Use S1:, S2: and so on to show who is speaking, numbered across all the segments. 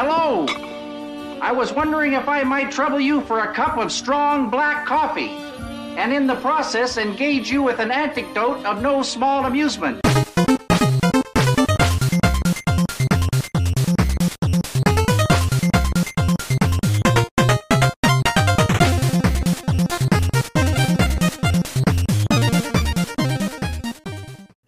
S1: Hello. I was wondering if I might trouble you for a cup of strong black coffee, and in the process engage you with an anecdote of no small amusement.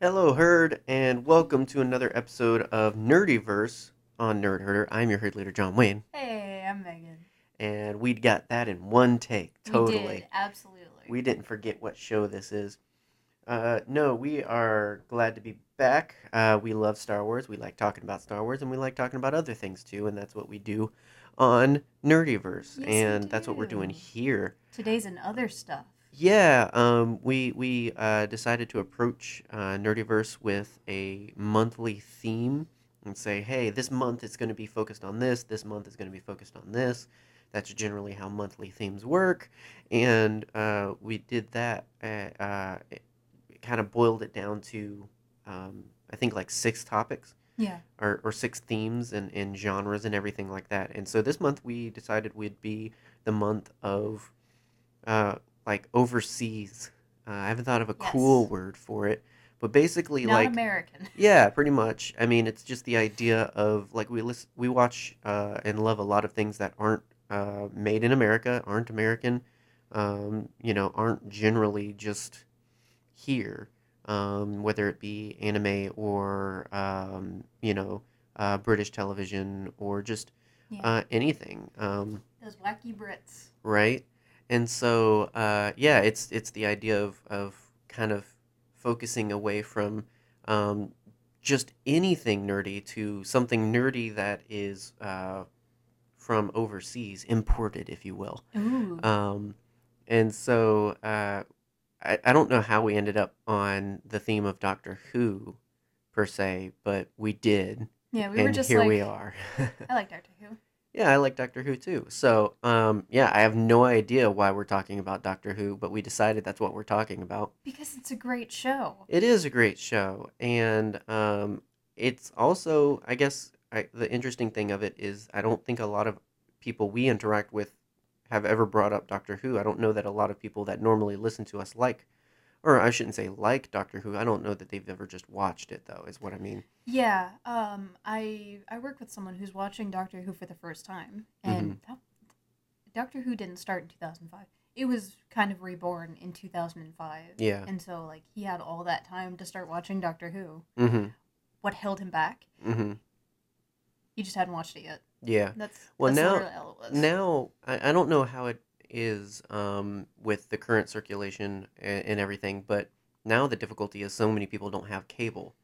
S2: Hello, Herd, and welcome to another episode of Nerdyverse on Nerd Herder. I'm your herd leader, John Wayne,
S3: Hey, I'm Megan.
S2: and we got that in one take. Totally.
S3: We did, absolutely.
S2: We didn't forget what show this is. Uh, no, we are glad to be back. Uh, we love Star Wars. We like talking about Star Wars, and we like talking about other things too, and that's what we do on Nerdyverse,
S3: Yes, we
S2: and that's what we're doing
S3: do.
S2: here.
S3: Today's and other stuff.
S2: Yeah, um, we we uh, decided to approach uh, Nerdiverse with a monthly theme and say, hey, this month it's going to be focused on this. This month is going to be focused on this. That's generally how monthly themes work, and uh, we did that. At, uh, it kind of boiled it down to, um, I think, like six topics
S3: Yeah.
S2: or, or six themes and, and genres and everything like that. And so this month we decided would be the month of uh, like overseas. Uh, I haven't thought of a cool
S3: Yes.
S2: word for it, but basically
S3: Not
S2: like
S3: American.
S2: yeah, pretty much. I mean, it's just the idea of like we listen, we watch uh, and love a lot of things that aren't uh, made in America, aren't American, um, you know, aren't generally just here, um, whether it be anime or um, you know, uh, British television or just
S3: Yeah.
S2: uh, anything. Um,
S3: Those wacky Brits.
S2: right? And so, uh, yeah, it's it's the idea of of kind of focusing away from um, just anything nerdy to something nerdy that is uh, from overseas, imported, if you will.
S3: Ooh.
S2: Um, and so, uh, I, I don't know how we ended up on the theme of Doctor Who, per se, but we did,
S3: yeah, we
S2: and
S3: were just
S2: here
S3: like,
S2: we are.
S3: I like Doctor Who.
S2: Yeah, I like Doctor Who too. So, um, yeah, I have no idea why we're talking about Doctor Who, but we decided that's what we're talking about.
S3: Because it's a great show.
S2: It is a great show, and um, it's also, I guess, I, the interesting thing of it is I don't think a lot of people we interact with have ever brought up Doctor Who. I don't know that a lot of people that normally listen to us like, or I shouldn't say like Doctor Who. I don't know that they've ever just watched it though. Is what I mean.
S3: Yeah. Um I I work with someone who's watching Doctor Who for the first time
S2: Mm-hmm.
S3: and that, Doctor Who didn't start in 2005. It was kind of reborn in 2005.
S2: Yeah.
S3: And so like he had all that time to start watching Doctor Who.
S2: Mm-hmm.
S3: What held him back?
S2: Mm-hmm.
S3: He just hadn't watched it yet.
S2: Yeah.
S3: That's
S2: Well,
S3: that's
S2: now-
S3: literally all it was.
S2: now I, I don't know how it is um, with the current circulation and, and everything but now the difficulty is so many people don't have cable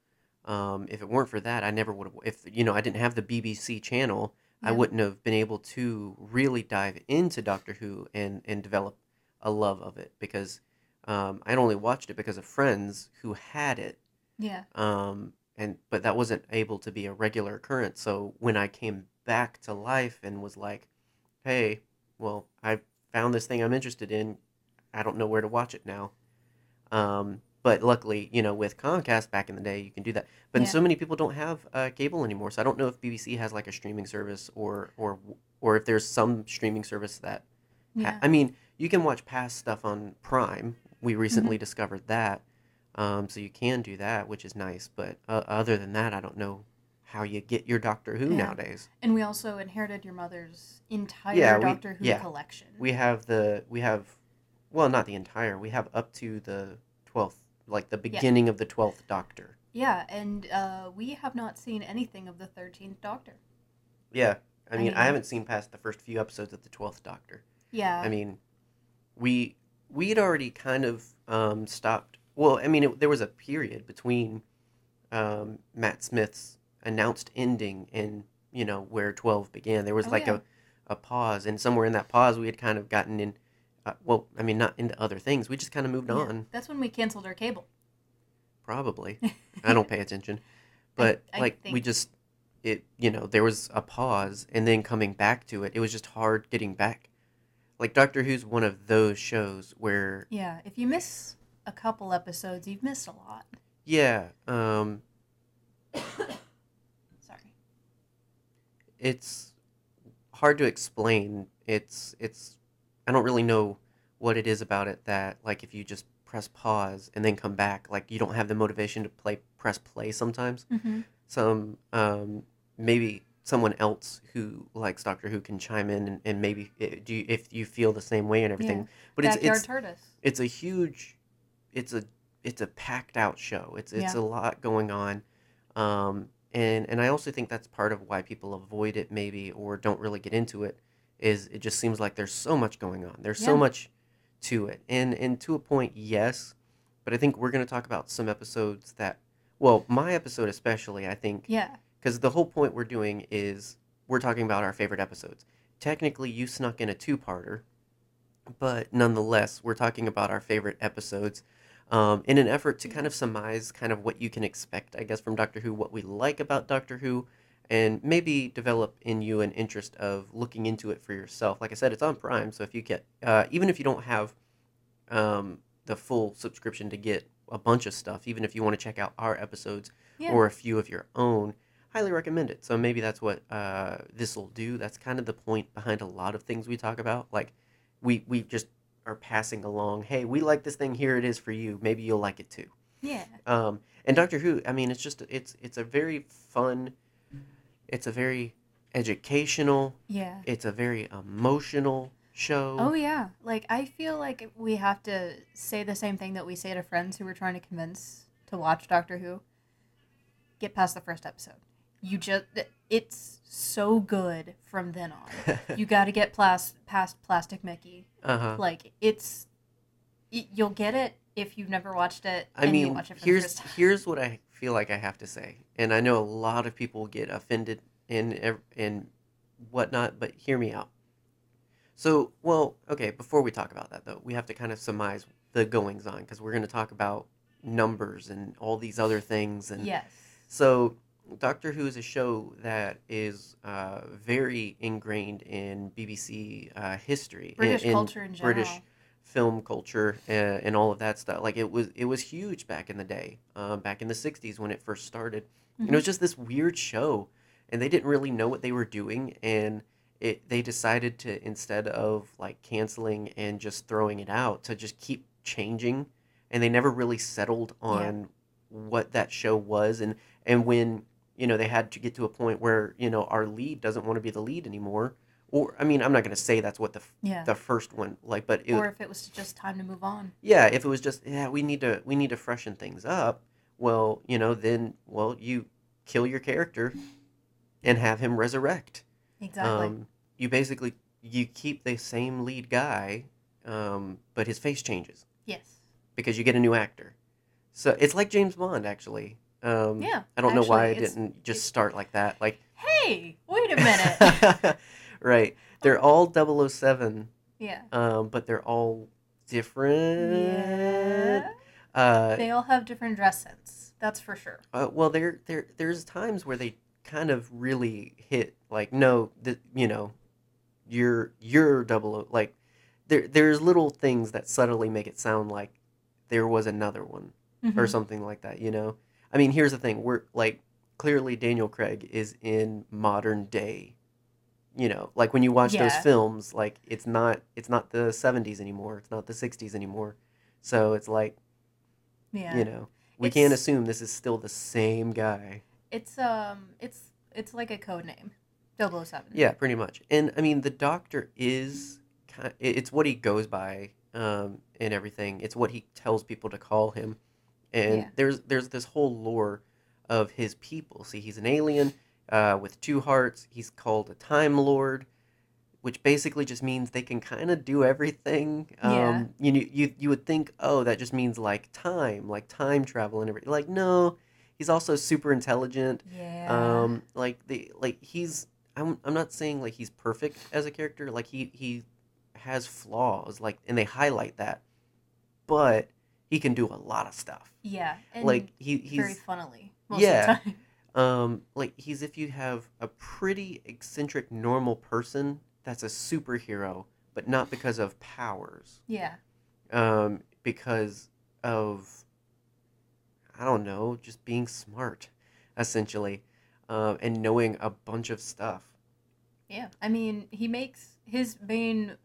S2: um, if it weren't for that i never would have if you know i didn't have the bbc channel i
S3: Yeah.
S2: wouldn't have been able to really dive into doctor who and and develop a love of it because um, i'd only watched it because of friends who had it
S3: Yeah.
S2: um, and but that wasn't able to be a regular occurrence. So when I came back to life and was like, "Hey, well, I found this thing I'm interested in. I don't know where to watch it now." Um, but luckily, you know, with Comcast back in the day, you can do that. But
S3: Yeah.
S2: so many people don't have uh, cable anymore, so I don't know if BBC has like a streaming service or or or if there's some streaming service that Ha-
S3: Yeah.
S2: I mean, you can watch past stuff on Prime. We
S3: Mm-hmm.
S2: recently discovered that. Um, so you can do that, which is nice. But uh, other than that, I don't know how you get your Doctor Who
S3: Yeah.
S2: nowadays.
S3: And we also inherited your mother's entire
S2: Yeah, we-
S3: Doctor Who
S2: yeah.
S3: collection.
S2: We have the, we have, well, not the entire, we have up to the 12th, like the beginning of the 12th Doctor.
S3: yeah, and uh, we have not seen anything of the 13th Doctor.
S2: Yeah. I
S3: I
S2: mean, I
S3: know.
S2: haven't seen past the first few episodes of the 12th Doctor.
S3: Yeah.
S2: I mean, we we'd already kind of um, stopped. Well, I mean, it, there was a period between um, Matt Smith's announced ending and you know where twelve began. There was
S3: Oh,
S2: like
S3: yeah.
S2: a a pause, and somewhere in that pause, we had kind of gotten in. Uh, well, I mean, not into other things. We just kind of moved
S3: Yeah.
S2: on,
S3: That's when we canceled our cable.
S2: probably. I don't pay attention, but
S3: I
S2: like we
S3: think-
S2: just it you know there was a pause and then coming back to it. It was just hard getting back. Like Doctor Who's one of those shows where
S3: Yeah, if you miss a couple episodes, you've missed a lot.
S2: Yeah, um,
S3: Sorry.
S2: it's hard to explain. It's it's I don't really know what it is about it that like if you just press pause and then come back, like you don't have the motivation to play press play sometimes.
S3: hmm
S2: Some um maybe someone else who likes Doctor Who can chime in and, and maybe eh, do you, if you feel the same way and everything.
S3: Yeah.
S2: But it's
S3: Backyard
S2: it's
S3: Tortoise.
S2: it's a huge it's a it's a packed out show it's it's
S3: Yeah.
S2: a lot going on um and and i also think that's part of why people avoid it maybe or don't really get into it is it just seems like there's so much going on there's so
S3: Yeah.
S2: much to it and and to a point yes but i think we're going to talk about some episodes that well my episode especially i think
S3: Yeah.
S2: because the whole point we're doing is we're talking about our favorite episodes. Technically, you snuck in a two-parter, but nonetheless, we're talking about our favorite episodes um, in an effort to kind of surmise kind of what you can expect, I guess, from Doctor Who, what we like about Doctor Who, and maybe develop in you an interest of looking into it for yourself. Like I said, it's on Prime, so if you get, uh, even if you don't have um, the full subscription to get a bunch of stuff, even if you want to check out our episodes
S3: Yeah.
S2: or a few of your own, highly recommend it. So maybe that's what uh, this will do. That's kind of the point behind a lot of things we talk about. Like, we we just are passing along. Hey, we like this thing. Here it is for you. Maybe you'll like it too.
S3: yeah.
S2: Um, and Doctor Who, I mean, it's just it's it's a very fun, it's a very educational,
S3: Yeah.
S2: it's a very emotional show.
S3: Oh yeah. Like I feel like we have to say the same thing that we say to friends who we're trying to convince to watch Doctor Who. Get past the first episode. You just it's so good from then on. you got to get plas- past Plastic Mickey.
S2: uh huh.
S3: Like it's y- you'll get it if you've never watched it
S2: I
S3: and you
S2: mean,
S3: watch it for the
S2: here's
S3: first time.
S2: here's what I feel like I have to say, and I know a lot of people get offended and ev- and whatnot, but hear me out. So, well, okay. Before we talk about that, though, we have to kind of surmise the goings on because we're going to talk about numbers and all these other things, and
S3: Yes.
S2: so, Doctor Who is a show that is uh, very ingrained in BBC uh, history, in-
S3: British
S2: in
S3: culture in general.
S2: British film culture uh, and all of that stuff. Like it was, it was huge back in the day, um, back in the '60s when it first started. And it was just this weird show, and they didn't really know what they were doing, and it they decided to instead of like canceling and just throwing it out to just keep changing, and they never really settled on what that show was, and and when you know they had to get to a point where you know our lead doesn't want to be the lead anymore. Or, I mean, I'm not going to say that's what the, f-
S3: yeah.
S2: the first one like, but it,
S3: or if it was just time to move on.
S2: yeah if it was just yeah we need to we need to freshen things up well you know then well you kill your character and have him resurrect
S3: Exactly.
S2: um you basically you keep the same lead guy um but his face changes
S3: yes.
S2: because you get a new actor so it's like james bond actually um
S3: Yeah,
S2: i don't know why i
S3: actually, it's-
S2: didn't just
S3: it's-
S2: start like that like
S3: Hey, wait a minute.
S2: right they're all 007
S3: yeah.
S2: um but they're all different
S3: Yeah.
S2: uh
S3: They all have different dress sense. That's for sure.
S2: Uh, well, there, there, there's times where they kind of really hit like, no, th- you know, you're you're double O- like, there, there's little things that subtly make it sound like there was another one or
S3: Mhm.
S2: something like that. You know, I mean, here's the thing: we're like clearly Daniel Craig is in modern day. You know, like when you watch those
S3: Yeah.
S2: films, like it's not it's not the '70s anymore. It's not the '60s anymore. So it's like
S3: Yeah.
S2: you know we can't
S3: It's-
S2: assume this is still the same guy
S3: It's um it's it's like a code name. 007.
S2: yeah pretty much and i mean the doctor is ki it- it's what he goes by um, and everything it's what he tells people to call him and
S3: Yeah.
S2: there's there's this whole lore of his people see he's an alien uh, with two hearts he's called a time lord which basically just means they can kind of do everything um,
S3: Yeah.
S2: you, kn- you you would think oh that just means like time like time travel and everything like no he's also super intelligent
S3: Yeah.
S2: um like the like he's I'm, I'm not saying like he's perfect as a character like he he has flaws like and they highlight that but he can do a lot of stuff
S3: yeah. And
S2: like he
S3: very
S2: he's
S3: funnily most
S2: Yeah.
S3: of the time.
S2: um like he's if you have a pretty eccentric normal person that's a superhero but not because of powers
S3: Yeah.
S2: um because of I don't know, just uh, being smart, essentially, um, and knowing a bunch of stuff.
S3: Yeah, I mean, he makes his main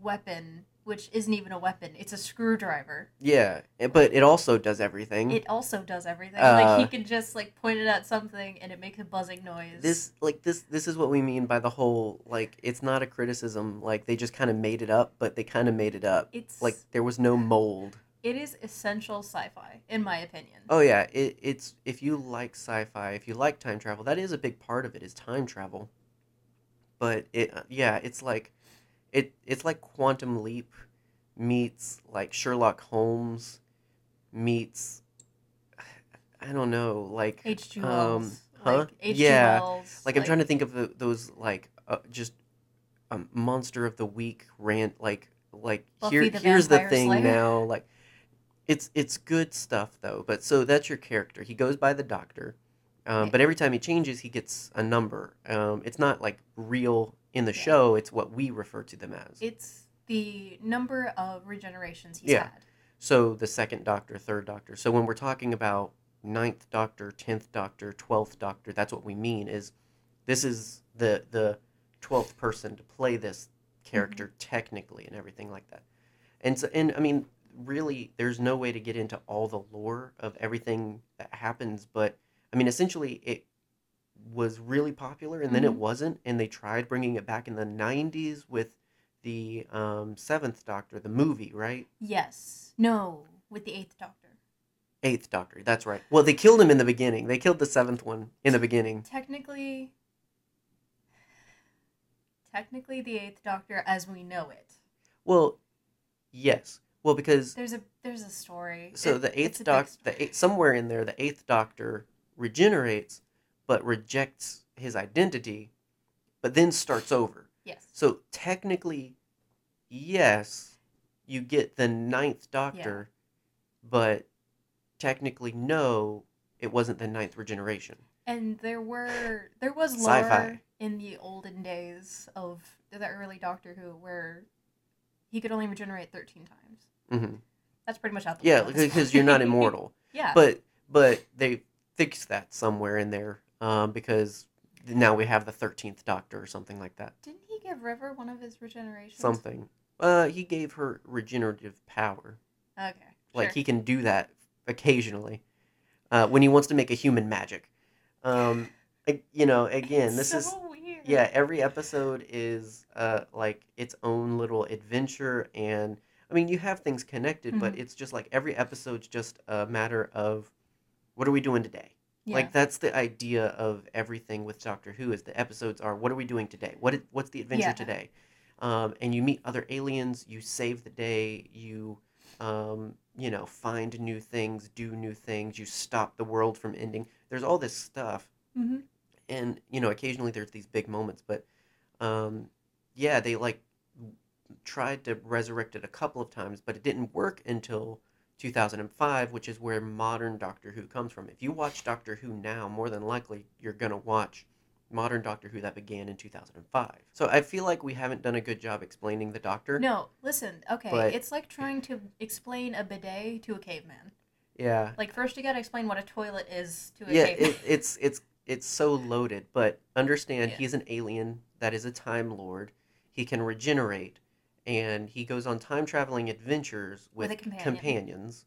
S3: weapon, which isn't even a weapon; it's a screwdriver.
S2: Yeah, and- but it also does everything.
S3: It also does everything.
S2: Mm-hmm. Uh,
S3: like he can just like point it at something, and it makes a buzzing noise.
S2: this like this this is what we mean by the whole like it's not a criticism like they just kind of made it up but they kind of made it up
S3: it's
S2: like there was no mold
S3: it is essential sci-fi, in my opinion.
S2: oh yeah it, it's if you like sci-fi if you like time travel that is a big part of it is time travel but it uh, yeah it's like it it's like quantum leap meets like sherlock holmes meets i don't know like
S3: H.G.
S2: um,
S3: Wells,
S2: huh?
S3: like H.G.
S2: Yeah,
S3: Wells,
S2: like, I'm trying to think of the, those like uh, just um, monster of the week rant like like
S3: Buffy
S2: here
S3: the
S2: here's the
S3: Vampire
S2: thing
S3: Slayer.
S2: now like it's it's good stuff though but so that's your character he goes by the doctor um,
S3: Yeah.
S2: but every time he changes he gets a number um, it's not like real in the
S3: Yeah.
S2: show it's what we refer to them as
S3: It's the number of regenerations he's
S2: Yeah.
S3: had.
S2: so the second doctor third doctor so when we're talking about ninth doctor 10th doctor 12th doctor that's what we mean is this is the the 12th person to play this character technically and everything like that and so and i mean really there's no way to get into all the lore of everything that happens but i mean essentially it was really popular and then it
S3: Mhm.
S2: wasn't and they tried bringing it back in the 90s with the um, seventh doctor the movie right
S3: Yes. No. With the Eighth Doctor.
S2: Eighth Doctor. That's right. Well, they killed him in the beginning. They killed the seventh one in the beginning.
S3: Technically. Technically, the Eighth Doctor, as we know it.
S2: Well, yes. Well, because
S3: There's a there's a story.
S2: so
S3: It-
S2: the
S3: it's
S2: eighth
S3: a big
S2: Doctor,
S3: story.
S2: the eight, somewhere in there, the eighth Doctor regenerates, but rejects his identity, but then starts over.
S3: Yes.
S2: So technically, yes, you get the ninth Doctor, but technically, no, it wasn't the ninth regeneration.
S3: And there were there was lore
S2: Sci-fi.
S3: in the olden days of the early Doctor Who where he could only regenerate thirteen times.
S2: hmm
S3: That's pretty much out the
S2: Yeah,
S3: window at this
S2: because you're not
S3: point.
S2: immortal.
S3: yeah.
S2: but but they fixed that somewhere in there um, because now we have the 13th doctor or something like that
S3: didn't he give River one of his regenerations?
S2: something uh, he gave her regenerative power
S3: Okay.
S2: like
S3: sure.
S2: he can do that occasionally uh, when he wants to make a human magic um, ag- you know again
S3: It's
S2: this
S3: so
S2: is
S3: weird.
S2: yeah every episode is uh like its own little adventure and i mean you have things connected but
S3: Mhm.
S2: it's just like every episode's just a matter of what are we doing today
S3: Yeah.
S2: like that's the idea of everything with doctor who is the episodes are what are we doing today what i- what's the adventure
S3: Yeah.
S2: today um, and you meet other aliens you save the day you um, you know find new things do new things you stop the world from ending there's all this stuff
S3: hmm
S2: and you know occasionally there's these big moments but um yeah they like tried to resurrect it a couple of times but it didn't work until 2005 which is where modern doctor who comes from if you watch doctor who now more than likely you're going to watch modern doctor who that began in 2005 so i feel like we haven't done a good job explaining the doctor
S3: No, listen. Okay,
S2: But-
S3: it's like trying to explain a bidet to a caveman.
S2: yeah
S3: Like first you gotta explain what a toilet is to a
S2: yeah
S3: caveman.
S2: it, it's it's it's so loaded but understand
S3: Yeah.
S2: he's an alien that is a time lord he can regenerate and he goes on time traveling adventures with,
S3: With a companion.
S2: companions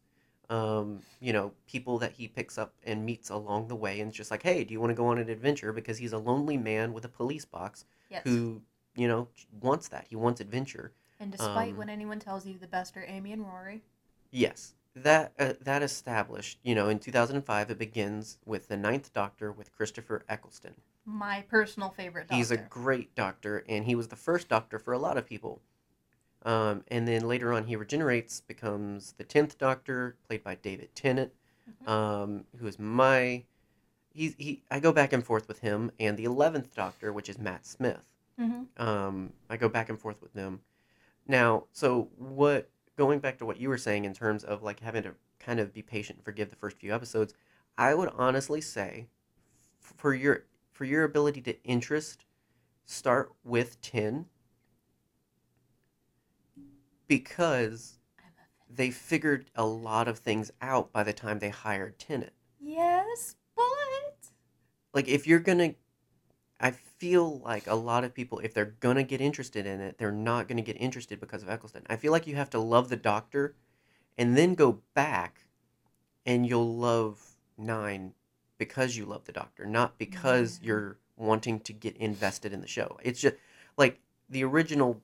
S2: um, you know people that he picks up and meets along the way and it's just like hey do you want to go on an adventure because he's a lonely man with a police box
S3: yes.
S2: who you know wants that he wants adventure
S3: and despite
S2: um,
S3: what anyone tells you, the best are Amy and Rory.
S2: Yes, that uh, that established. You know, in two thousand and five, it begins with the Ninth Doctor with Christopher Eccleston.
S3: My personal favorite doctor.
S2: He's a great doctor, and he was the first doctor for a lot of people. Um, and then later on, he regenerates, becomes the tenth Doctor, played by David Tennant,
S3: Mhm.
S2: um, who is my. He's he. I go back and forth with him, and the eleventh Doctor, which is Matt Smith
S3: hmm
S2: um, I go back and forth with them. Now, so what? Going back to what you were saying in terms of like having to kind of be patient and forgive the first few episodes, I would honestly say, f- for your for your ability to interest, start with ten. Because
S3: I love it.
S2: they figured a lot of things out by the time they hired Tennant.
S3: Yes, but
S2: Like if you're gonna I feel like a lot of people, if they're gonna get interested in it, they're not gonna get interested because of Eccleston. I feel like you have to love the Doctor, and then go back, and you'll love Nine because you love the Doctor, not because
S3: Yeah.
S2: you're wanting to get invested in the show. It's just like the original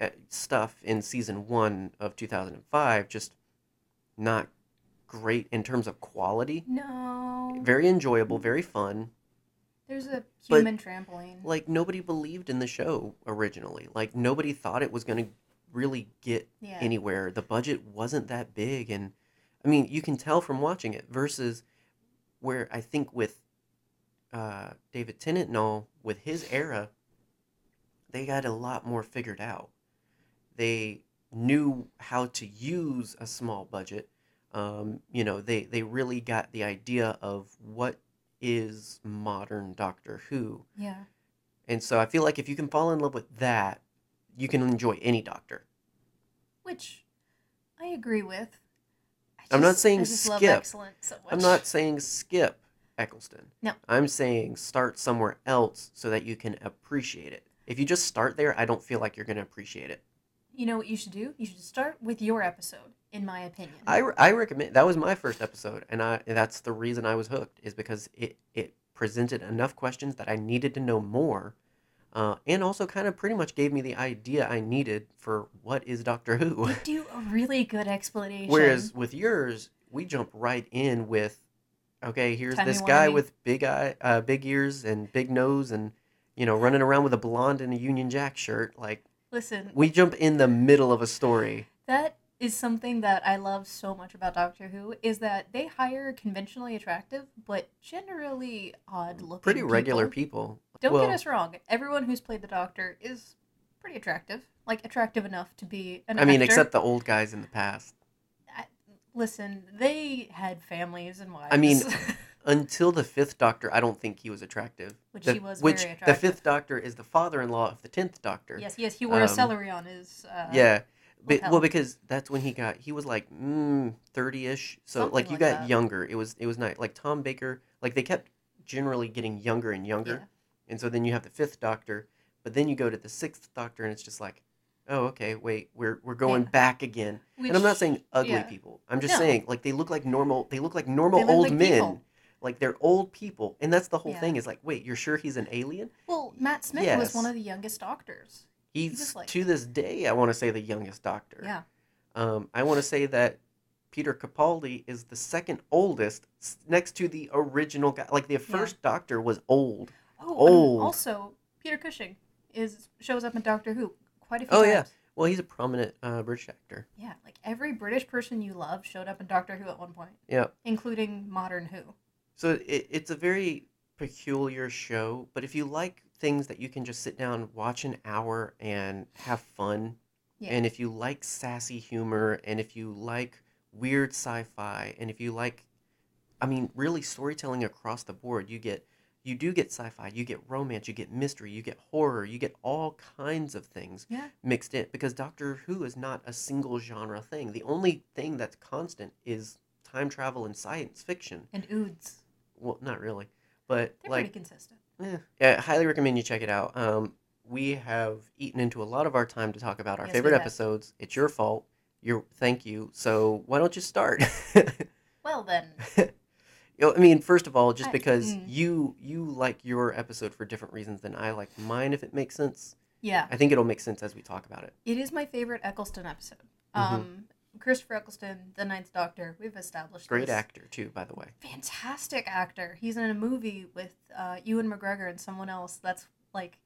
S2: uh, stuff in season one of 2005, just not great in terms of quality.
S3: No.
S2: Very enjoyable, very fun,
S3: There's a
S2: But-
S3: human trampoline.
S2: like nobody believed in the show originally. Like nobody thought it was going to really get
S3: yeah.
S2: anywhere. The budget wasn't that big and I mean, you can tell from watching it versus where I think with uh David Tennant and all with his era they got a lot more figured out. They knew how to use a small budget. Um, you know, they they really got the idea of what is modern Doctor Who.
S3: yeah.
S2: And so I feel like if you can fall in love with that, you can enjoy any doctor.
S3: Which I agree with. I
S2: I'm not
S3: just-
S2: saying
S3: I just love
S2: skip.
S3: excellence so much.
S2: I'm not saying skip Eccleston.
S3: No.
S2: I'm saying start somewhere else so that you can appreciate it. If you just start there, I don't feel like you're going to appreciate it.
S3: You know what you should do? You should start with your episode, in my opinion.
S2: I, I recommend that was my first episode and I that's the reason I was hooked is because it it presented enough questions that I needed to know more. Uh, and also kind of pretty much gave me the idea I needed for what is Doctor Who.
S3: They do a really good explanation.
S2: Whereas with yours, we jump right in with, okay, here's
S3: Tell me
S2: this
S3: what I
S2: guy
S3: mean.
S2: with big eye, uh, big ears and big nose, and you know, running around with a blonde and a Union Jack shirt. Like
S3: listen,
S2: we jump in the middle of a story.
S3: that is something that I love so much about Doctor Who is that they hire conventionally attractive but generally odd looking
S2: Pretty regular people.
S3: Don't
S2: well,
S3: get us wrong. Everyone who's played the Doctor is pretty attractive. Like attractive enough to be an
S2: I mean,
S3: actor.
S2: except the old guys in the past.
S3: listen, they had families and wives.
S2: I mean, Until the fifth Doctor, I don't think he was attractive.
S3: Which
S2: The-
S3: he was
S2: Which
S3: very
S2: the
S3: attractive.
S2: fifth Doctor is the father-in-law of the tenth Doctor.
S3: yes, yes, he wore a
S2: um,
S3: celery on his. Uh,
S2: yeah but, well
S3: lapel.
S2: because that's when he got he was like mm, 30ish so
S3: Something
S2: like you
S3: like
S2: got
S3: that.
S2: younger it was it was nice like tom baker like they kept generally getting younger and younger
S3: Yeah.
S2: and so then you have the fifth doctor but then you go to the sixth doctor and it's just like oh okay wait we're we're going
S3: Yeah.
S2: back again and i'm not
S3: which-
S2: saying ugly
S3: yeah.
S2: people i'm just
S3: No.
S2: saying like they look like normal they look like normal
S3: They look
S2: old
S3: like
S2: men
S3: people.
S2: like they're old people and that's the whole
S3: Yeah.
S2: thing is like wait you're sure he's an alien
S3: Well, Matt Smith
S2: Yes.
S3: was one of the youngest doctors.
S2: he's,
S3: just like-
S2: to this day i want to say the youngest doctor
S3: Yeah.
S2: Um, I want to say that Peter Capaldi is the second oldest, s- next to the original guy. Like the first Doctor was old.
S3: Oh,
S2: Old.
S3: and also Peter Cushing is shows up in Doctor Who quite a few
S2: Oh,
S3: times.
S2: yeah. Well, he's a prominent uh, British actor.
S3: Yeah, like every British person you love showed up in Doctor Who at one point,
S2: Yeah.
S3: including modern Who.
S2: So it, it's a very peculiar show, but if you like things that you can just sit down, watch an hour, and have fun,
S3: Yeah.
S2: and if you like sassy humor, and if you like weird sci fi, and if you like, I mean, really storytelling across the board, you get. You do get sci-fi, you get romance, you get mystery, you get horror, you get all kinds of things
S3: Yeah.
S2: mixed in because Doctor Who is not a single genre thing. The only thing that's constant is time travel and science fiction
S3: And Oods.
S2: well not really but
S3: They're
S2: like
S3: pretty consistent.
S2: eh. yeah, I highly recommend you check it out um we have eaten into a lot of our time to talk about our
S3: Yes, we
S2: favorite
S3: have.
S2: episodes it's your fault your thank you so why don't you start
S3: Well, then.
S2: You know, i mean first of all just
S3: I-
S2: because
S3: mm.
S2: you you like your episode for different reasons than i like mine if it makes sense
S3: Yeah.
S2: i think it'll make sense as we talk about it
S3: It is my favorite Eccleston episode.
S2: Mhm.
S3: Um, Christopher Eccleston, the Ninth Doctor. We've established
S2: great
S3: this.
S2: actor too by the way
S3: fantastic actor. He's in a movie with uh, Ewan McGregor and someone else. That's like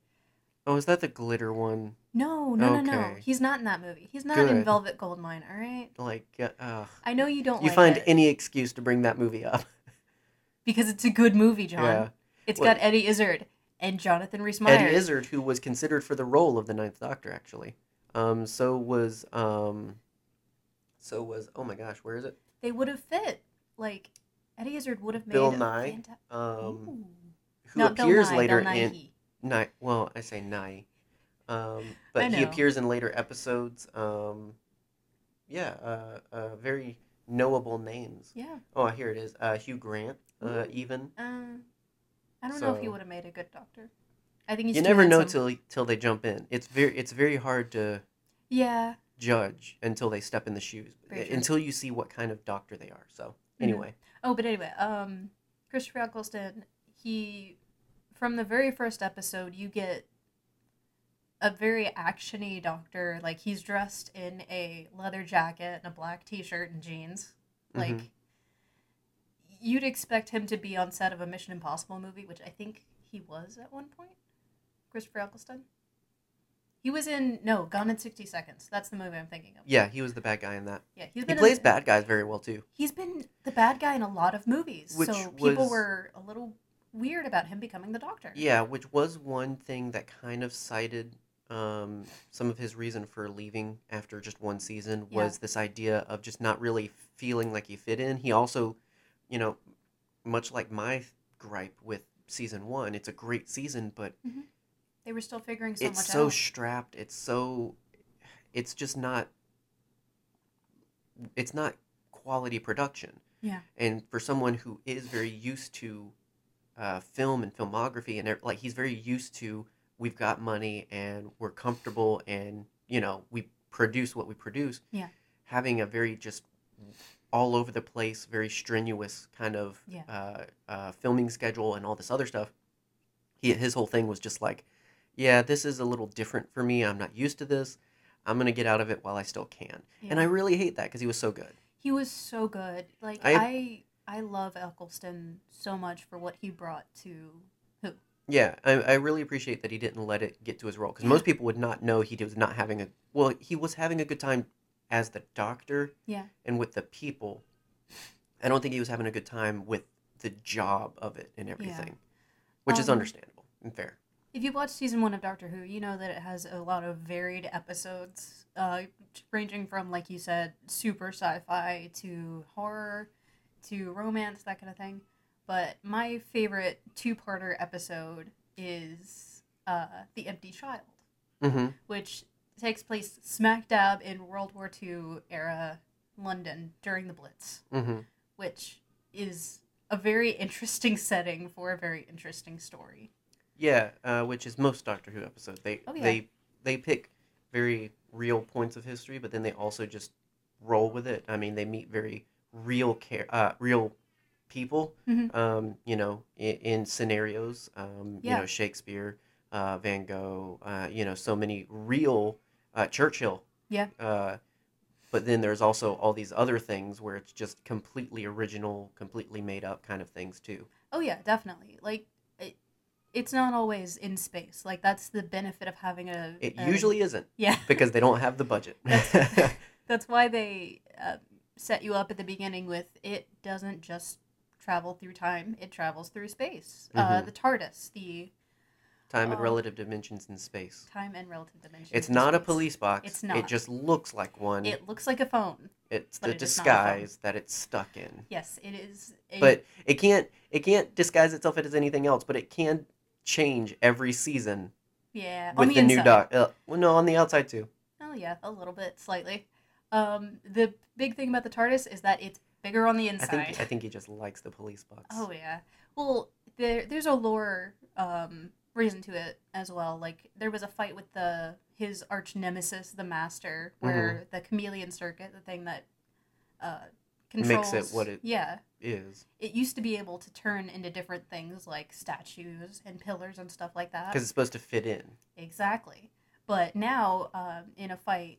S2: oh is that the glitter one
S3: no, no, no, no.
S2: Okay.
S3: He's not in that movie. He's not
S2: Good.
S3: in Velvet Goldmine. All right.
S2: like uh, ugh.
S3: I know you don't.
S2: you
S3: like
S2: find
S3: it
S2: any excuse to bring that movie up
S3: because it's a good movie, John.
S2: yeah
S3: It's
S2: Well-
S3: got Eddie Izzard and Jonathan Rhys-Meyers.
S2: Eddie Izzard, who was considered for the role of the Ninth Doctor, actually. Um, so was um, so was oh my gosh, where is it?
S3: They would have fit. Like Eddie Izzard would have made
S2: Bill
S3: a
S2: Nye,
S3: fanta-
S2: Um,
S3: Ooh.
S2: who
S3: Not
S2: appears
S3: Bill Nye,
S2: later
S3: Bill
S2: in
S3: Nighy.
S2: Nye, well, I say Nye, um, but he
S3: know.
S2: appears in later episodes. Um, yeah, uh, uh, very knowable names.
S3: Yeah.
S2: Oh, here it is. Uh, Hugh Grant, uh,
S3: Ooh.
S2: even
S3: Um, I don't know if he
S2: So-
S3: would have made a good doctor. I think he's
S2: you
S3: too
S2: never know
S3: handsome.
S2: till till they jump in. It's very it's very hard to
S3: Yeah.
S2: judge until they step in the shoes,
S3: Very true.
S2: until you see what kind of doctor they are. So anyway,
S3: Oh, but anyway, um, Christopher Eccleston, he, from the very first episode, you get a very actiony doctor. Like he's dressed in a leather jacket and a black T-shirt and jeans.
S2: Mm-hmm.
S3: Like you'd expect him to be on set of a Mission Impossible movie, which I think he was at one point. Christopher Eccleston. He was in no Gone in sixty seconds. That's the movie I'm thinking of.
S2: yeah, he was the bad guy in that.
S3: yeah he's
S2: He
S3: been in-
S2: plays bad guys very well too.
S3: he's been the bad guy in a lot of movies
S2: Which
S3: so people
S2: was-
S3: were a little weird about him becoming the doctor
S2: Yeah, which was one thing that kind of cited um, some of his reason for leaving after just one season
S3: Yeah.
S2: was this idea of just not really feeling like he fit in. He also, you know, much like my gripe with season one, it's a great season, but
S3: they were still figuring so
S2: it's
S3: much
S2: so
S3: out
S2: strapped. It's so, it's just not. It's not quality production.
S3: Yeah.
S2: And for someone who is very used to uh, film and filmography and ev- like he's very used to we've got money and we're comfortable and you know we produce what we produce
S3: Yeah.
S2: having a very just all over the place very strenuous kind of
S3: Yeah.
S2: uh, uh, filming schedule and all this other stuff he, his whole thing was just like yeah this is a little different for me i'm not used to this i'm gonna get out of it while i still can and
S3: Yeah.
S2: i really hate that because he was so good
S3: he was so good like I,
S2: I-
S3: I love Eccleston so much for what he brought to who
S2: Yeah, I, I really appreciate that he didn't let it get to his role because
S3: Yeah.
S2: most people would not know he was not having a well. He was having a good time as the doctor
S3: yeah
S2: and with the people. I don't think he was having a good time with the job of it and everything, which is
S3: Um,
S2: understandable and fair.
S3: if you've watched season one of Doctor Who, you know that it has a lot of varied episodes, uh, ranging from, like you said, super sci fi to horror to romance, that kind of thing. But my favorite two parter episode is uh, The Empty Child,
S2: hmm
S3: which takes place smack dab in World War II era London during the Blitz,
S2: hmm
S3: which is a very interesting setting for a very interesting story.
S2: Yeah, uh, which is most Doctor Who episodes. They
S3: Oh, yeah.
S2: they they pick very real points of history, but then they also just roll with it. I mean, they meet very real care, uh, real people.
S3: Mhm.
S2: Um, you know, in, in scenarios. Um,
S3: Yeah.
S2: You know, Shakespeare, uh, Van Gogh. Uh, you know, so many real uh, Churchill.
S3: Yeah.
S2: Uh, but then there's also all these other things where it's just completely original, completely made up kind of things too.
S3: Oh yeah, definitely. Like it, it's not always in space. Like that's the benefit of having a.
S2: It
S3: a-
S2: usually isn't
S3: Yeah,
S2: because they don't have the budget.
S3: That's- that's why they uh, set you up at the beginning with it doesn't just travel through time; it travels through space. Uh,
S2: Mhm.
S3: the TARDIS, the
S2: time and
S3: Oh.
S2: relative dimensions in space.
S3: time and relative dimension.
S2: It's
S3: of
S2: not a
S3: space.
S2: police box.
S3: It's not.
S2: It just looks like one.
S3: It looks like a phone.
S2: it's
S3: but
S2: the
S3: it is not a phone.
S2: disguise that it's stuck in.
S3: Yes, it is. A,
S2: But it can't it can't disguise itself as anything else, but it can change every season
S3: yeah, on
S2: with
S3: the,
S2: the,
S3: inside.
S2: new doc. Uh, well, no, on the outside too.
S3: Oh yeah, a little bit, slightly. Um, the big thing about the TARDIS is that it's bigger on the
S2: I
S3: inside.
S2: think I think he just likes the police box.
S3: Oh yeah. Well, there there's a lore um, reason to it as well. Like there was a fight with the his arch nemesis, the Master,
S2: Mm-hmm.
S3: where the chameleon circuit, the thing that uh,
S2: Makes it
S3: controls
S2: what it-
S3: Yeah,
S2: is
S3: it used to be able to turn into different things like statues and pillars and stuff like that.
S2: because it's supposed to fit in.
S3: Exactly. But now, um, in a fight,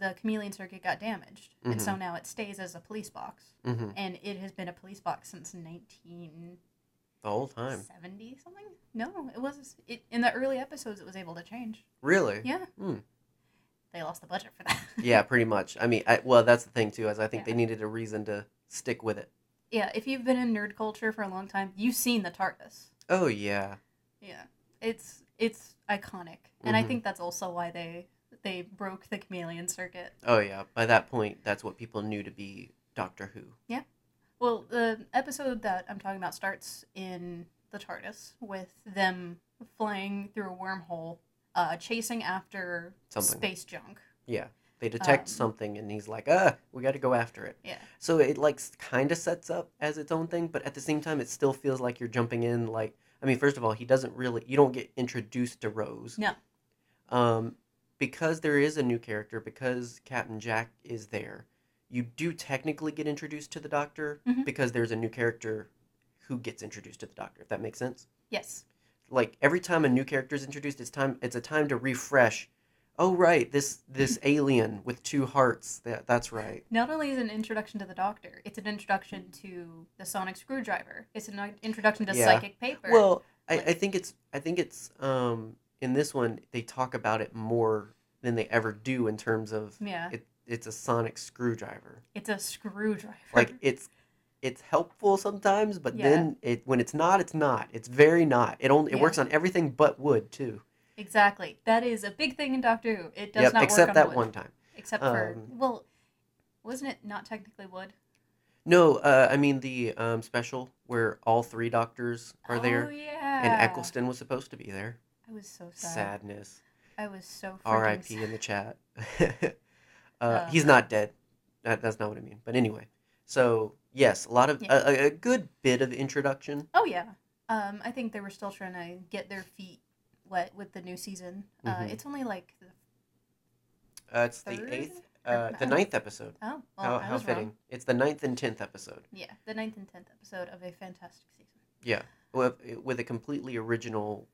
S3: the chameleon circuit got damaged, and
S2: Mm-hmm.
S3: so now it stays as a police box,
S2: hmm
S3: and it has been a police box since nineteen. 19
S2: The whole time,
S3: 70 something no it was it in the early episodes it was able to change
S2: really?
S3: yeah
S2: Hmm.
S3: they lost the budget for that
S2: Yeah, pretty much. I mean, I, well, that's the thing too. Is I think
S3: Yeah.
S2: they needed a reason to stick with it.
S3: yeah if you've been in nerd culture for a long time you've seen the tardis
S2: Oh yeah,
S3: yeah it's it's iconic and i
S2: Mhm.
S3: think that's also why they they broke the chameleon circuit
S2: Oh yeah, by that point, that's what people knew to be Doctor Who.
S3: well the episode that i'm talking about starts in the tardis with them flying through a wormhole uh chasing after
S2: Something.
S3: space junk
S2: Yeah, they detect
S3: Um,
S2: something, and he's like, "Ah, we got to go after it."
S3: yeah
S2: So it like kind of sets up as its own thing, but at the same time, it still feels like you're jumping in, like, I mean, first of all, he doesn't really. You don't get introduced to Rose.
S3: No.
S2: Um, because there is a new character, because Captain Jack is there, you do technically get introduced to the Doctor
S3: Mhm.
S2: because there's a new character who gets introduced to the Doctor. If that makes sense.
S3: Yes.
S2: Like every time a new character is introduced, it's time. It's a time to refresh. Oh right, this this alien with two hearts. That that's right.
S3: Not only is it an introduction to the Doctor, it's an introduction to the sonic screwdriver. It's an introduction to
S2: Yeah.
S3: psychic paper.
S2: Well, I,
S3: Like-
S2: I think it's I think it's um in this one they talk about it more than they ever do in terms of
S3: yeah,
S2: it it's a sonic screwdriver.
S3: it's a screwdriver.
S2: Like it's it's helpful sometimes, but
S3: Yeah.
S2: then it when it's not, it's not. It's very not. It only it
S3: Yeah.
S2: works on everything but wood too.
S3: exactly. That is a big thing in Doctor Who. It does
S2: yep,
S3: not
S2: except
S3: work on
S2: that
S3: wood.
S2: one time.
S3: Except for
S2: Um,
S3: well, wasn't it not technically wood?
S2: No, uh, I mean the um, special where all three doctors are
S3: Oh
S2: there,
S3: yeah.
S2: and Eccleston was supposed to be there.
S3: I was so sad.
S2: Sadness.
S3: I was so freaking
S2: R.I.P.
S3: sad.
S2: in the chat. uh,
S3: Uh,
S2: he's not dead. That, that's not what I mean. But anyway, so yes, a lot of
S3: Yeah.
S2: a, a- a good bit of introduction.
S3: Oh yeah. Um, I think they were still trying to get their feet wet with the new season. Uh,
S2: Mhm.
S3: it's only like the,
S2: Uh, it's
S3: Third?
S2: the eighth,
S3: Or-
S2: uh, the ninth episode.
S3: oh well,
S2: how
S3: I
S2: how
S3: was wrong.
S2: fitting! It's the ninth and tenth episode.
S3: Yeah, the ninth and tenth episode of a fantastic season.
S2: Yeah, with, with a completely original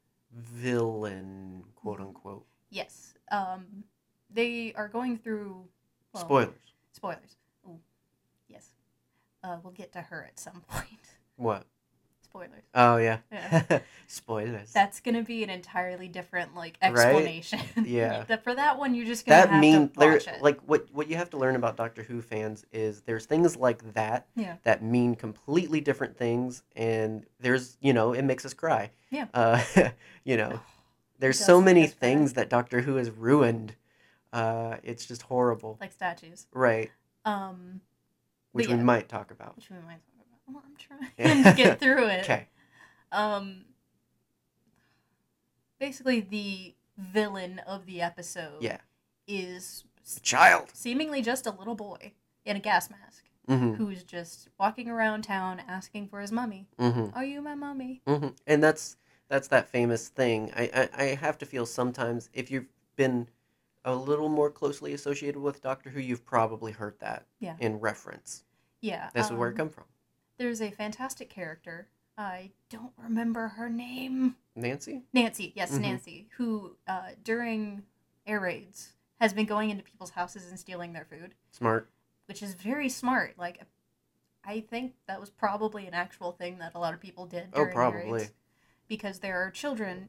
S2: villain, quote unquote.
S3: Yes. Um, they are going through well,
S2: Spoilers.
S3: Spoilers. Ooh. Yes. Uh, we'll get to her at some point.
S2: What?
S3: spoilers.
S2: Oh yeah.
S3: Yeah.
S2: Spoilers.
S3: That's gonna be an entirely different like
S2: Right?
S3: explanation.
S2: Yeah.
S3: That- For that one, you're just gonna
S2: that
S3: have
S2: mean
S3: to
S2: there
S3: watch it.
S2: like what what you have to learn about Doctor Who fans is there's things like that
S3: Yeah.
S2: that mean completely different things and there's you know it makes us cry
S3: Yeah.
S2: uh, you know there's
S3: does
S2: so
S3: make
S2: many
S3: us cry.
S2: things that Doctor Who has ruined uh, it's just horrible
S3: like statues.
S2: right
S3: Um, But
S2: which
S3: yeah.
S2: we might talk about
S3: which we might talk about. Well, I'm trying to get through it.
S2: okay
S3: Um, basically, the villain of the episode
S2: Yeah.
S3: is s-
S2: child
S3: seemingly just a little boy in a gas mask
S2: mm-hmm,
S3: who's just walking around town asking for his mummy.
S2: mm-hmm,
S3: Are you my mummy?
S2: mm-hmm. and that's that's that famous thing I, I I have to feel sometimes if you've been a little more closely associated with Doctor Who you've probably heard that
S3: Yeah.
S2: in reference
S3: Yeah.
S2: That's where it
S3: um,
S2: come from.
S3: There's a fantastic character. I don't remember her name.
S2: Nancy?
S3: Nancy, yes,
S2: Mhm.
S3: Nancy, who uh, during air raids has been going into people's houses and stealing their food.
S2: Smart.
S3: which is very smart. Like, I think that was probably an actual thing that a lot of people did.
S2: Oh,
S3: During their
S2: probably.
S3: raids. because there are children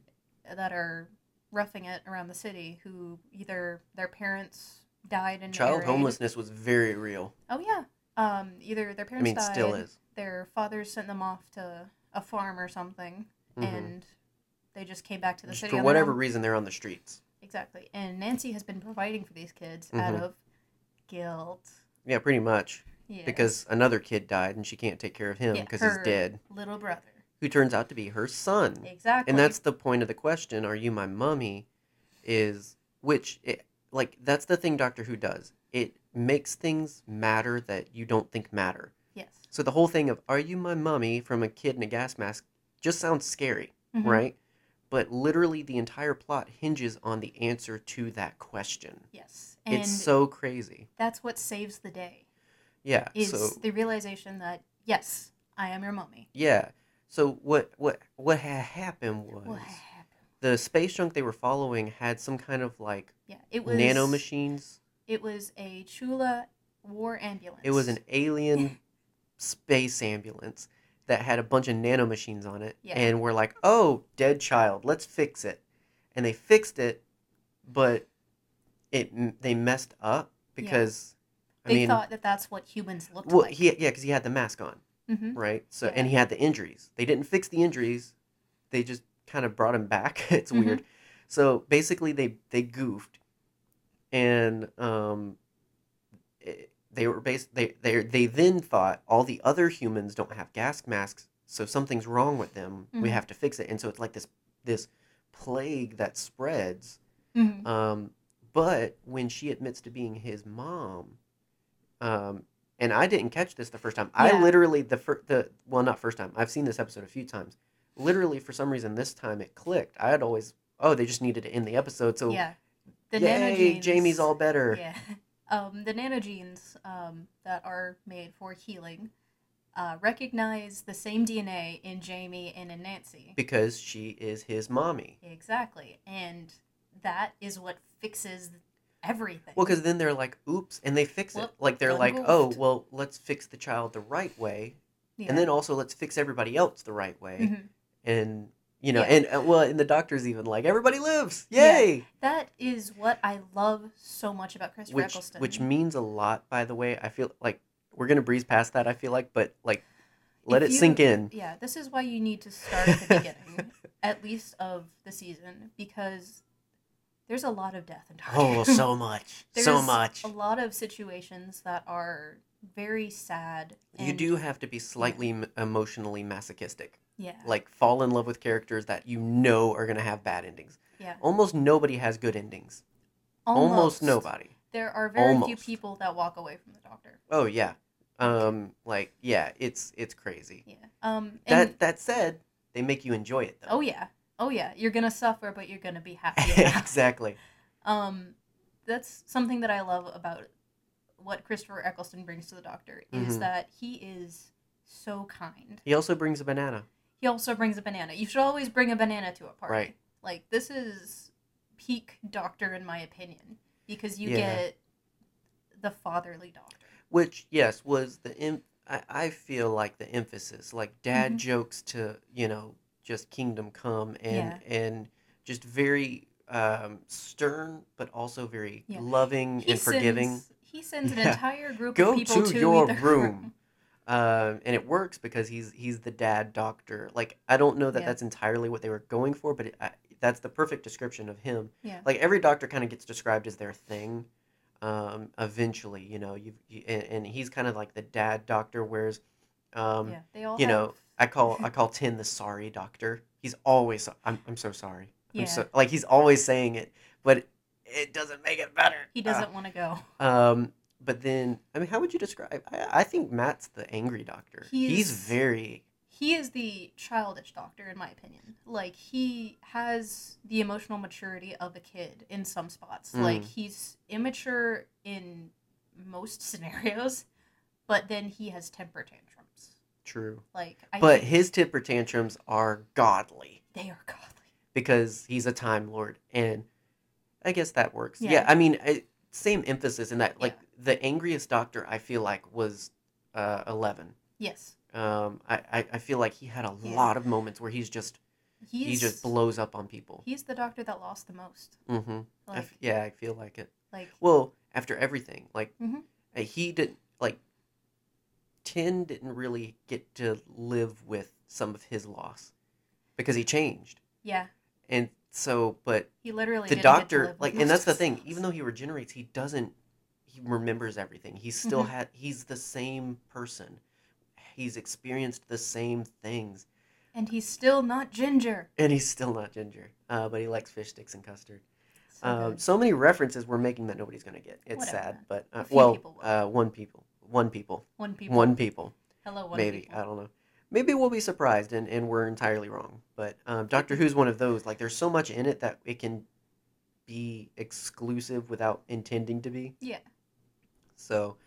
S3: that are roughing it around the city who either their parents died in an air
S2: Child
S3: raid-
S2: homelessness was very real.
S3: Oh yeah, um, either their
S2: I
S3: parents
S2: mean,
S3: died,
S2: still is.
S3: their fathers sent them off to a farm or something,
S2: Mhm.
S3: and they just came back to the
S2: Just
S3: city
S2: for
S3: on their
S2: whatever
S3: own.
S2: reason, they're on the streets.
S3: exactly. And Nancy has been providing for these kids out
S2: Mhm.
S3: of guilt.
S2: Yeah, pretty much.
S3: Yeah.
S2: Because another kid died and she can't take care of him
S3: Yeah,
S2: because
S3: her-
S2: he's dead,
S3: little brother.
S2: who turns out to be her son.
S3: Exactly.
S2: And that's the point of the question Are you my mummy? Is which, it, like, that's the thing Doctor Who does. It makes things matter that you don't think matter.
S3: yes.
S2: So the whole thing of Are you my mummy from a kid in a gas mask just sounds scary.
S3: Mhm.
S2: right? But literally, the entire plot hinges on the answer to that question.
S3: Yes. And
S2: Mm-hmm. it's so crazy.
S3: that's what saves the day
S2: Yeah.
S3: is
S2: So
S3: the realization that yes, I am your mummy.
S2: yeah. So what what what had happened was
S3: What happened?
S2: the space junk they were following had some kind of like
S3: Yeah, it was
S2: nano machines.
S3: It was a Chula war ambulance.
S2: It was an alien space ambulance that had a bunch of nanomachines on it,
S3: Yeah.
S2: and we're like, "Oh, dead child, let's fix it," and they fixed it, but it m- they messed up because
S3: They
S2: I mean,
S3: thought that that's what humans looked
S2: well,
S3: like.
S2: he yeah, because he had the mask on,
S3: hmm
S2: right? So
S3: Yeah.
S2: and he had the injuries. They didn't fix the injuries; they just kind of brought him back. it's
S3: Mhm.
S2: weird. So basically, they they goofed, and um, it, they were based. They they they then thought all the other humans don't have gas masks, so something's wrong with them. We
S3: Mhm.
S2: have to fix it, and so it's like this this plague that spreads.
S3: hmm
S2: Um, but when she admits to being his mom, um, and I didn't catch this the first time. I
S3: Yeah.
S2: literally the fir- the well, not first time. I've seen this episode a few times. literally for some reason this time it clicked. I had always oh they just needed to end the episode so
S3: yeah.
S2: yay Jamie's all better.
S3: Yeah. Um, the nanogenes um, that are made for healing uh, recognize the same DNA in Jamie and in Nancy.
S2: Because she is his mommy.
S3: exactly. And that is what fixes everything.
S2: Well, because then they're like, oops, and they fix it.
S3: Whoop,
S2: Like they're
S3: done
S2: like, oh,
S3: goofed.
S2: well, let's fix the child the right way,
S3: yeah.
S2: and then also let's fix everybody else the right way,
S3: Mhm.
S2: and you know,
S3: Yeah.
S2: and uh, well, and the doctor's even like, everybody lives,
S3: Yeah.
S2: yay!
S3: That is what I love so much about Christopher
S2: which
S3: Eccleston.
S2: which means a lot, by the way. I feel like we're gonna breeze past that. I feel like, but like, let
S3: If
S2: it sink
S3: you-
S2: in.
S3: Yeah, this is why you need to start at the beginning, at least of the season, because there's a lot of death in Doctor
S2: Oh,
S3: Who.
S2: so much, so
S3: There's
S2: much.
S3: A lot of situations that are very sad. And,
S2: You do have to be slightly m emotionally masochistic,
S3: Yeah.
S2: like fall in love with characters that you know are gonna have bad endings.
S3: yeah.
S2: Almost nobody has good endings. Almost, nobody.
S3: There are very few
S2: Almost.
S3: people that walk away from the doctor.
S2: Oh yeah, um, like yeah, it's it's crazy.
S3: Yeah. Um. And,
S2: That that said, they make you enjoy it though.
S3: oh yeah. Oh yeah. You're gonna suffer, but you're gonna be happy. about it.
S2: exactly.
S3: um that's something that i love about what christopher eccleston brings to the doctor is
S2: Mhm.
S3: that he is so kind
S2: He also brings a banana.
S3: he also brings a banana you should always bring a banana to a party
S2: Right.
S3: like this is peak doctor in my opinion because you
S2: Yeah.
S3: get the fatherly doctor
S2: which yes was the em- I, I feel like the emphasis like dad
S3: Mhm.
S2: jokes to you know just kingdom come and and just very um stern but also very
S3: Yeah.
S2: loving and forgiving
S3: sends he sends an
S2: Yeah.
S3: entire group
S2: Go
S3: of people
S2: to
S3: to
S2: your
S3: the
S2: room. um and it works because he's he's the dad doctor like i don't know that
S3: Yeah.
S2: that's entirely what they were going for but it, I, that's the perfect description of him
S3: Yeah.
S2: like every doctor kind of gets described as their thing um eventually you know you've, you and, and he's kind of like the dad doctor whereas um
S3: yeah they all
S2: you know,
S3: have-
S2: I call I call Tin the sorry doctor. He's always so- I'm I'm so sorry.
S3: Yeah.
S2: I'm so like he's always saying it, but it doesn't make it better.
S3: he doesn't want to go
S2: Uh, um but then I mean how would you describe I, I think Matt's the angry doctor. He's,
S3: He's-
S2: very
S3: he is the childish doctor in my opinion like he has the emotional maturity of a kid in some spots like
S2: Mm.
S3: he's immature in most scenarios but then he has temper tantrums
S2: true.
S3: like I
S2: But
S3: think
S2: his temper tantrums are godly
S3: they are godly
S2: because he's a time lord and I guess that works. Yeah,
S3: Yeah.
S2: I mean I, same emphasis in that like the angriest doctor I feel like was uh 11.
S3: yes
S2: Um, I, I, I feel like he had a
S3: Yeah.
S2: lot of moments where he's just
S3: he's
S2: he just blows up on people.
S3: he's the doctor that lost the most
S2: mm-hmm. I
S3: like
S2: f- yeah, I feel like it.
S3: like
S2: Well, after everything, like
S3: Mhm.
S2: uh, he didn't like. Tin didn't really get to live with some of his loss because he changed,
S3: yeah
S2: and so but
S3: he literally
S2: the
S3: didn't get to
S2: doctor
S3: live
S2: like
S3: with
S2: and that's the
S3: most
S2: thing
S3: of
S2: even
S3: us.
S2: though he regenerates he doesn't he remembers everything he's still
S3: Mhm.
S2: had he's the same person he's experienced the same things
S3: and he's still not ginger
S2: and he's still not ginger, uh, but he likes fish sticks and custard.
S3: so
S2: Um,
S3: good.
S2: so many references we're making that nobody's gonna get. It's
S3: Whatever.
S2: sad, but uh,
S3: A few people
S2: well,
S3: will.
S2: uh, one people, one people,
S3: one people
S2: one people,
S3: hello one
S2: maybe
S3: people.
S2: I don't know. Maybe we'll be surprised and, and we're entirely wrong. But um, Doctor Who's one of those. Like, there's so much in it that it can be exclusive without intending to be.
S3: yeah
S2: So,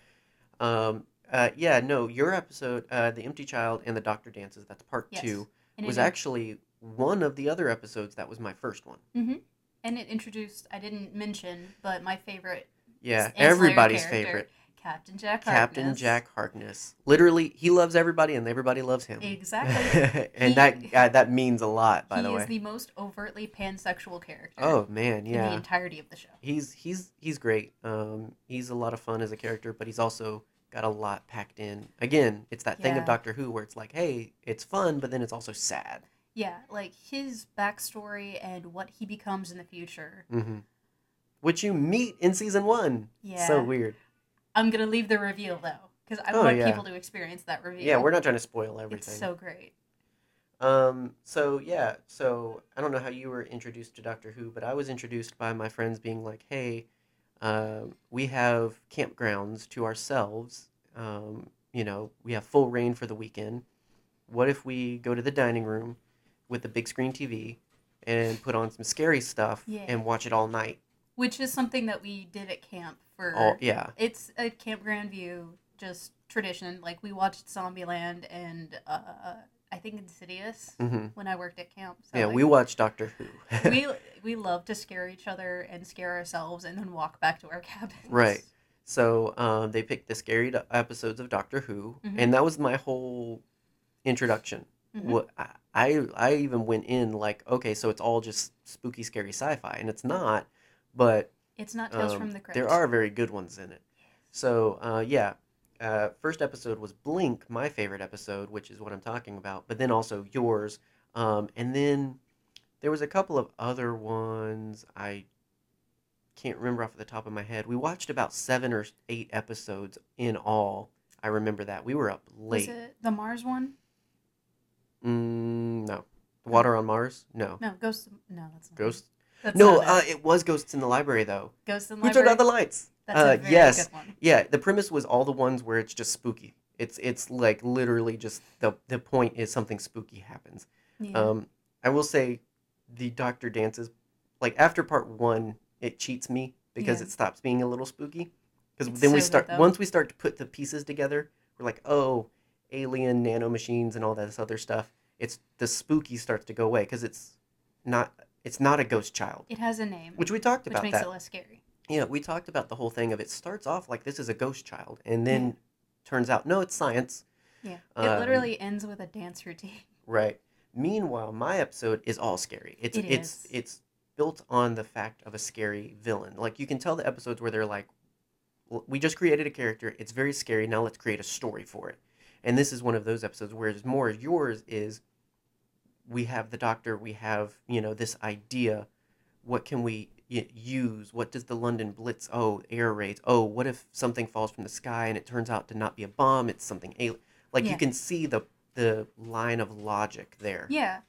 S2: um, uh, yeah, no, your episode, uh, The Empty Child and the Doctor Dances, that's part
S3: Yes.
S2: two,
S3: and
S2: was
S3: it is-
S2: actually one of the other episodes that was my first one.
S3: And it introduced, I didn't mention, but my favorite
S2: Yeah,
S3: ancillary
S2: everybody's
S3: character,
S2: favorite.
S3: Captain Jack.
S2: Captain
S3: Harkness.
S2: Jack Harkness. Literally, he loves everybody and everybody loves him.
S3: Exactly.
S2: and
S3: He-
S2: that uh, that means a lot, by
S3: he
S2: the way.
S3: is the most overtly pansexual character
S2: oh man,
S3: in the
S2: yeah.
S3: entirety of the show.
S2: He's he's he's great. Um he's a lot of fun as a character, but he's also got a lot packed in. Again, it's that thing
S3: Yeah.
S2: of Doctor Who where it's like, hey, it's fun, but then it's also sad.
S3: Yeah, like his backstory and what he becomes in the future.
S2: Mhm. Which you meet in season 1.
S3: Yeah.
S2: So weird.
S3: I'm going to leave the reveal, though, because I
S2: Oh,
S3: want
S2: yeah.
S3: people to experience that reveal.
S2: Yeah, we're not trying to spoil everything.
S3: It's so great.
S2: Um, so yeah, so I don't know how you were introduced to Doctor Who, but I was introduced by my friends being like, "Hey, um, we have campgrounds to ourselves. Um, you know, we have full rain for the weekend. What if we go to the dining room? with the big screen TV and put on some scary stuff
S3: Yeah.
S2: and watch it all night.
S3: which is something that we did at camp for.
S2: All Oh, yeah.
S3: It's a Camp Grand View just tradition. Like we watched Zombieland and uh, I think Insidious
S2: hmm
S3: when I worked at camp. So
S2: Yeah,
S3: like,
S2: we watch Doctor Who.
S3: we we love to scare each other and scare ourselves and then walk back to our cabins.
S2: Right. so um, they picked the scary do- episodes of Doctor Who,
S3: Mhm.
S2: and that was my whole introduction.
S3: Mhm.
S2: What I I I even went in like, okay, so it's all just spooky, scary sci-fi, and it's not, but
S3: It's not Tales
S2: um,
S3: from the Crypt.
S2: there are very good ones in it. So uh, yeah, uh, first episode was Blink, my favorite episode, which is what I'm talking about. But then also yours, um, and then there was a couple of other ones I can't remember off the top of my head. We watched about seven or eight episodes in all. I remember that we were up
S3: Was
S2: late.
S3: it the Mars one?
S2: Mm, no, Water on Mars. No,
S3: No, Ghost. No, that's not.
S2: Ghosts.
S3: That's
S2: No,
S3: not
S2: uh,
S3: it.
S2: it was Ghosts in the Library though.
S3: Ghost in
S2: Who turned
S3: Library.
S2: out the lights?
S3: That's
S2: uh,
S3: a very
S2: yes.
S3: good one.
S2: Yeah, the premise was all the ones where it's just spooky. It's it's like literally just the the point is something spooky happens.
S3: Yeah.
S2: Um, I will say, the Doctor dances, like after part one, it cheats me because
S3: Yeah.
S2: it stops being a little spooky. Because
S3: It's
S2: then we
S3: so good,
S2: start
S3: though.
S2: once we start to put the pieces together, we're like, oh, alien nano machines and all this other stuff. It's the spooky starts to go away because it's not it's not a ghost child,
S3: it has a name,
S2: which
S3: which,
S2: we talked about
S3: makes
S2: that.
S3: it less scary.
S2: Yeah, we talked about the whole thing of it starts off like this is a ghost child, and then turns out no, it's science.
S3: Yeah. It
S2: Um,
S3: literally ends with a dance routine.
S2: Right. Meanwhile, my episode is all scary. It's
S3: It
S2: it's
S3: is.
S2: it's built on the fact of a scary villain. Like you can tell the episodes where they're like, "Well, we just created a character. It's very scary. Now let's create a story for it. And this is one of those episodes. Whereas more yours is, we have the doctor. We have you know this idea. What can we y- use? What does the London Blitz? Oh, air raids. Oh, what if something falls from the sky and it turns out to not be a bomb? It's something alien. Like you
S3: Yeah.
S2: can see the the line of logic there.
S3: Yeah.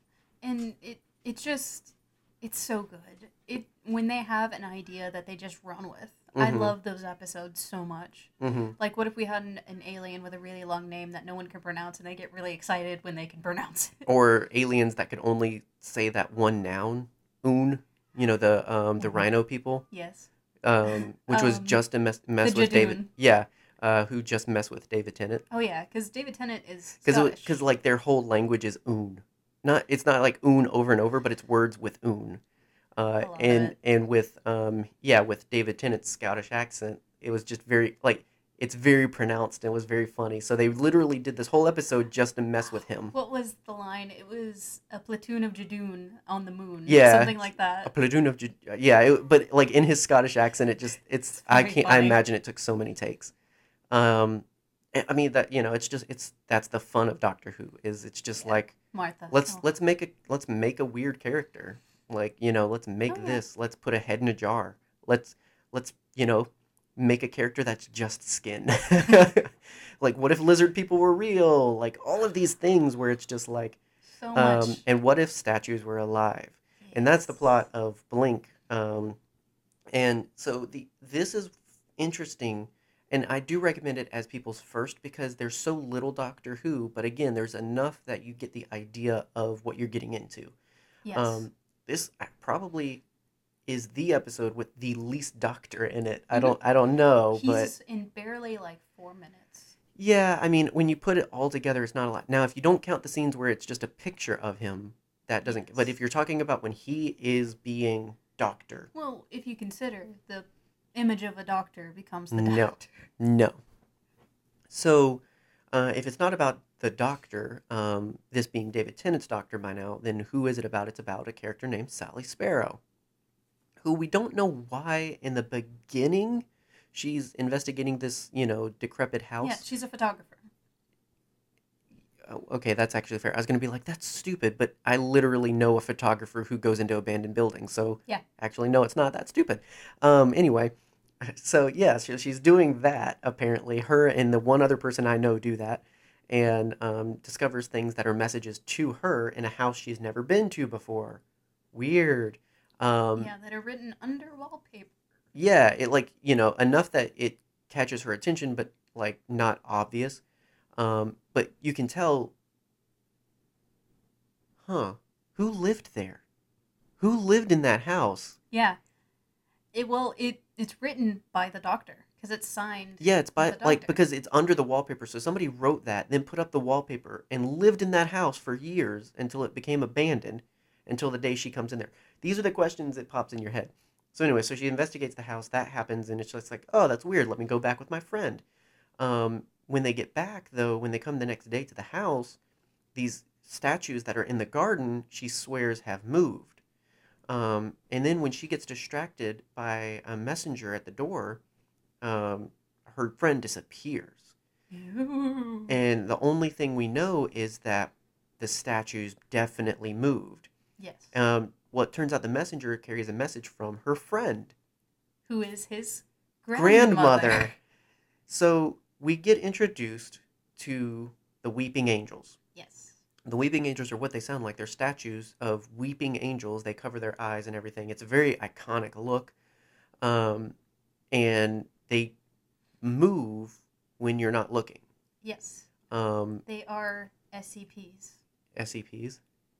S3: And it it just it's so good. It when they have an idea that they just run with. I
S2: Mhm.
S3: love those episodes so much.
S2: Mm-hmm.
S3: Like what if we had an, an alien with a really long name that no one can pronounce and they get really excited when they can pronounce it.
S2: Or aliens that could only say that one noun, un. You know the um, the
S3: Mhm.
S2: rhino people,
S3: Yes.
S2: um, which was
S3: Um,
S2: just a mess, mess with David.
S3: Jadoon.
S2: Yeah, uh, who just mess with David Tennant
S3: Oh yeah, cuz David Tennant is
S2: because
S3: Scottish.
S2: because like their whole language is un. Not it's not like un over and over, but it's words with un. Uh,
S3: I love
S2: and
S3: it.
S2: and with um yeah with David Tennant's Scottish accent, it was just very like it's very pronounced and it was very funny. So they literally did this whole episode just to mess with him.
S3: what was the line? It was a platoon of Jadoon on the moon.
S2: Yeah.
S3: Something like that.
S2: a platoon of Ju- yeah it, but like in his scottish accent it just it's,
S3: It's
S2: i
S3: very
S2: can't i
S3: funny.
S2: imagine it took so many takes um i I mean that you know it's just it's that's the fun of doctor who is it's just
S3: Yeah.
S2: like
S3: Martha.
S2: let's
S3: Oh.
S2: let's make a let's make a weird character like you know let's make
S3: Oh, yeah.
S2: this let's put a head in a jar let's let's you know make a character that's just skin like what if lizard people were real like all of these things where it's just like
S3: so much.
S2: um and what if statues were alive and that's the
S3: Yes.
S2: plot of Blink. Um, and so the this is interesting, and I do recommend it as people's first because there's so little Doctor Who, but again, there's enough that you get the idea of what you're getting into.
S3: Yes.
S2: Um, this probably is the episode with the least Doctor in it. I
S3: Mhm.
S2: don't I don't know,
S3: He's
S2: oh, but
S3: in barely like four minutes.
S2: yeah, I mean, when you put it all together, it's not a lot. Now, if you don't count the scenes where it's just a picture of him, that doesn't. But
S3: Yes.
S2: if you're talking about when he is being Doctor,
S3: Well, if you consider the image of a doctor becomes the
S2: No.
S3: doctor.
S2: no. So, uh, if it's not about the Doctor, um, this being David Tennant's Doctor by now, then who is it about? It's about a character named Sally Sparrow, who we don't know why in the beginning she's investigating this, you know, decrepit house.
S3: Yeah, she's a photographer.
S2: Oh, okay, that's actually fair. I was going to be like, that's stupid, but I literally know a photographer who goes into abandoned buildings. So,
S3: Yeah.
S2: actually, no, it's not that stupid. Um, anyway, so yeah, so she's doing that apparently. Her and the one other person I know do that and um, discovers things that are messages to her in a house she's never been to before. Weird. Um,
S3: yeah, that are written under wallpaper.
S2: yeah it like you know enough that it catches her attention but like not obvious um but you can tell huh Who lived there? Who lived in that house?
S3: Yeah. It well, it it's written by the doctor because it's signed.
S2: Yeah, it's by
S3: The
S2: like
S3: doctor.
S2: because it's under the wallpaper. So somebody wrote that, then put up the wallpaper and lived in that house for years until it became abandoned until the day she comes in there. These are the questions that pops in your head. So anyway, so she investigates the house, that happens and it's just like, "Oh, that's weird. Let me go back with my friend." Um when they get back though, when they come the next day to the house, these statues that are in the garden, she swears have moved. Um, and then when she gets distracted by a messenger at the door, um, her friend disappears.
S3: Ew.
S2: And the only thing we know is that the statues definitely moved.
S3: yes.
S2: Um, well, it turns out the messenger carries a message from her friend
S3: Who is his grandmother?
S2: grandmother. So we get introduced to the Weeping Angels.
S3: Yes.
S2: The Weeping Angels are what they sound like. They're statues of weeping angels. They cover their eyes and everything. It's a very iconic look. Um, and they move when you're not looking.
S3: Yes.
S2: Um, E
S3: They are SCPs.
S2: SCPs,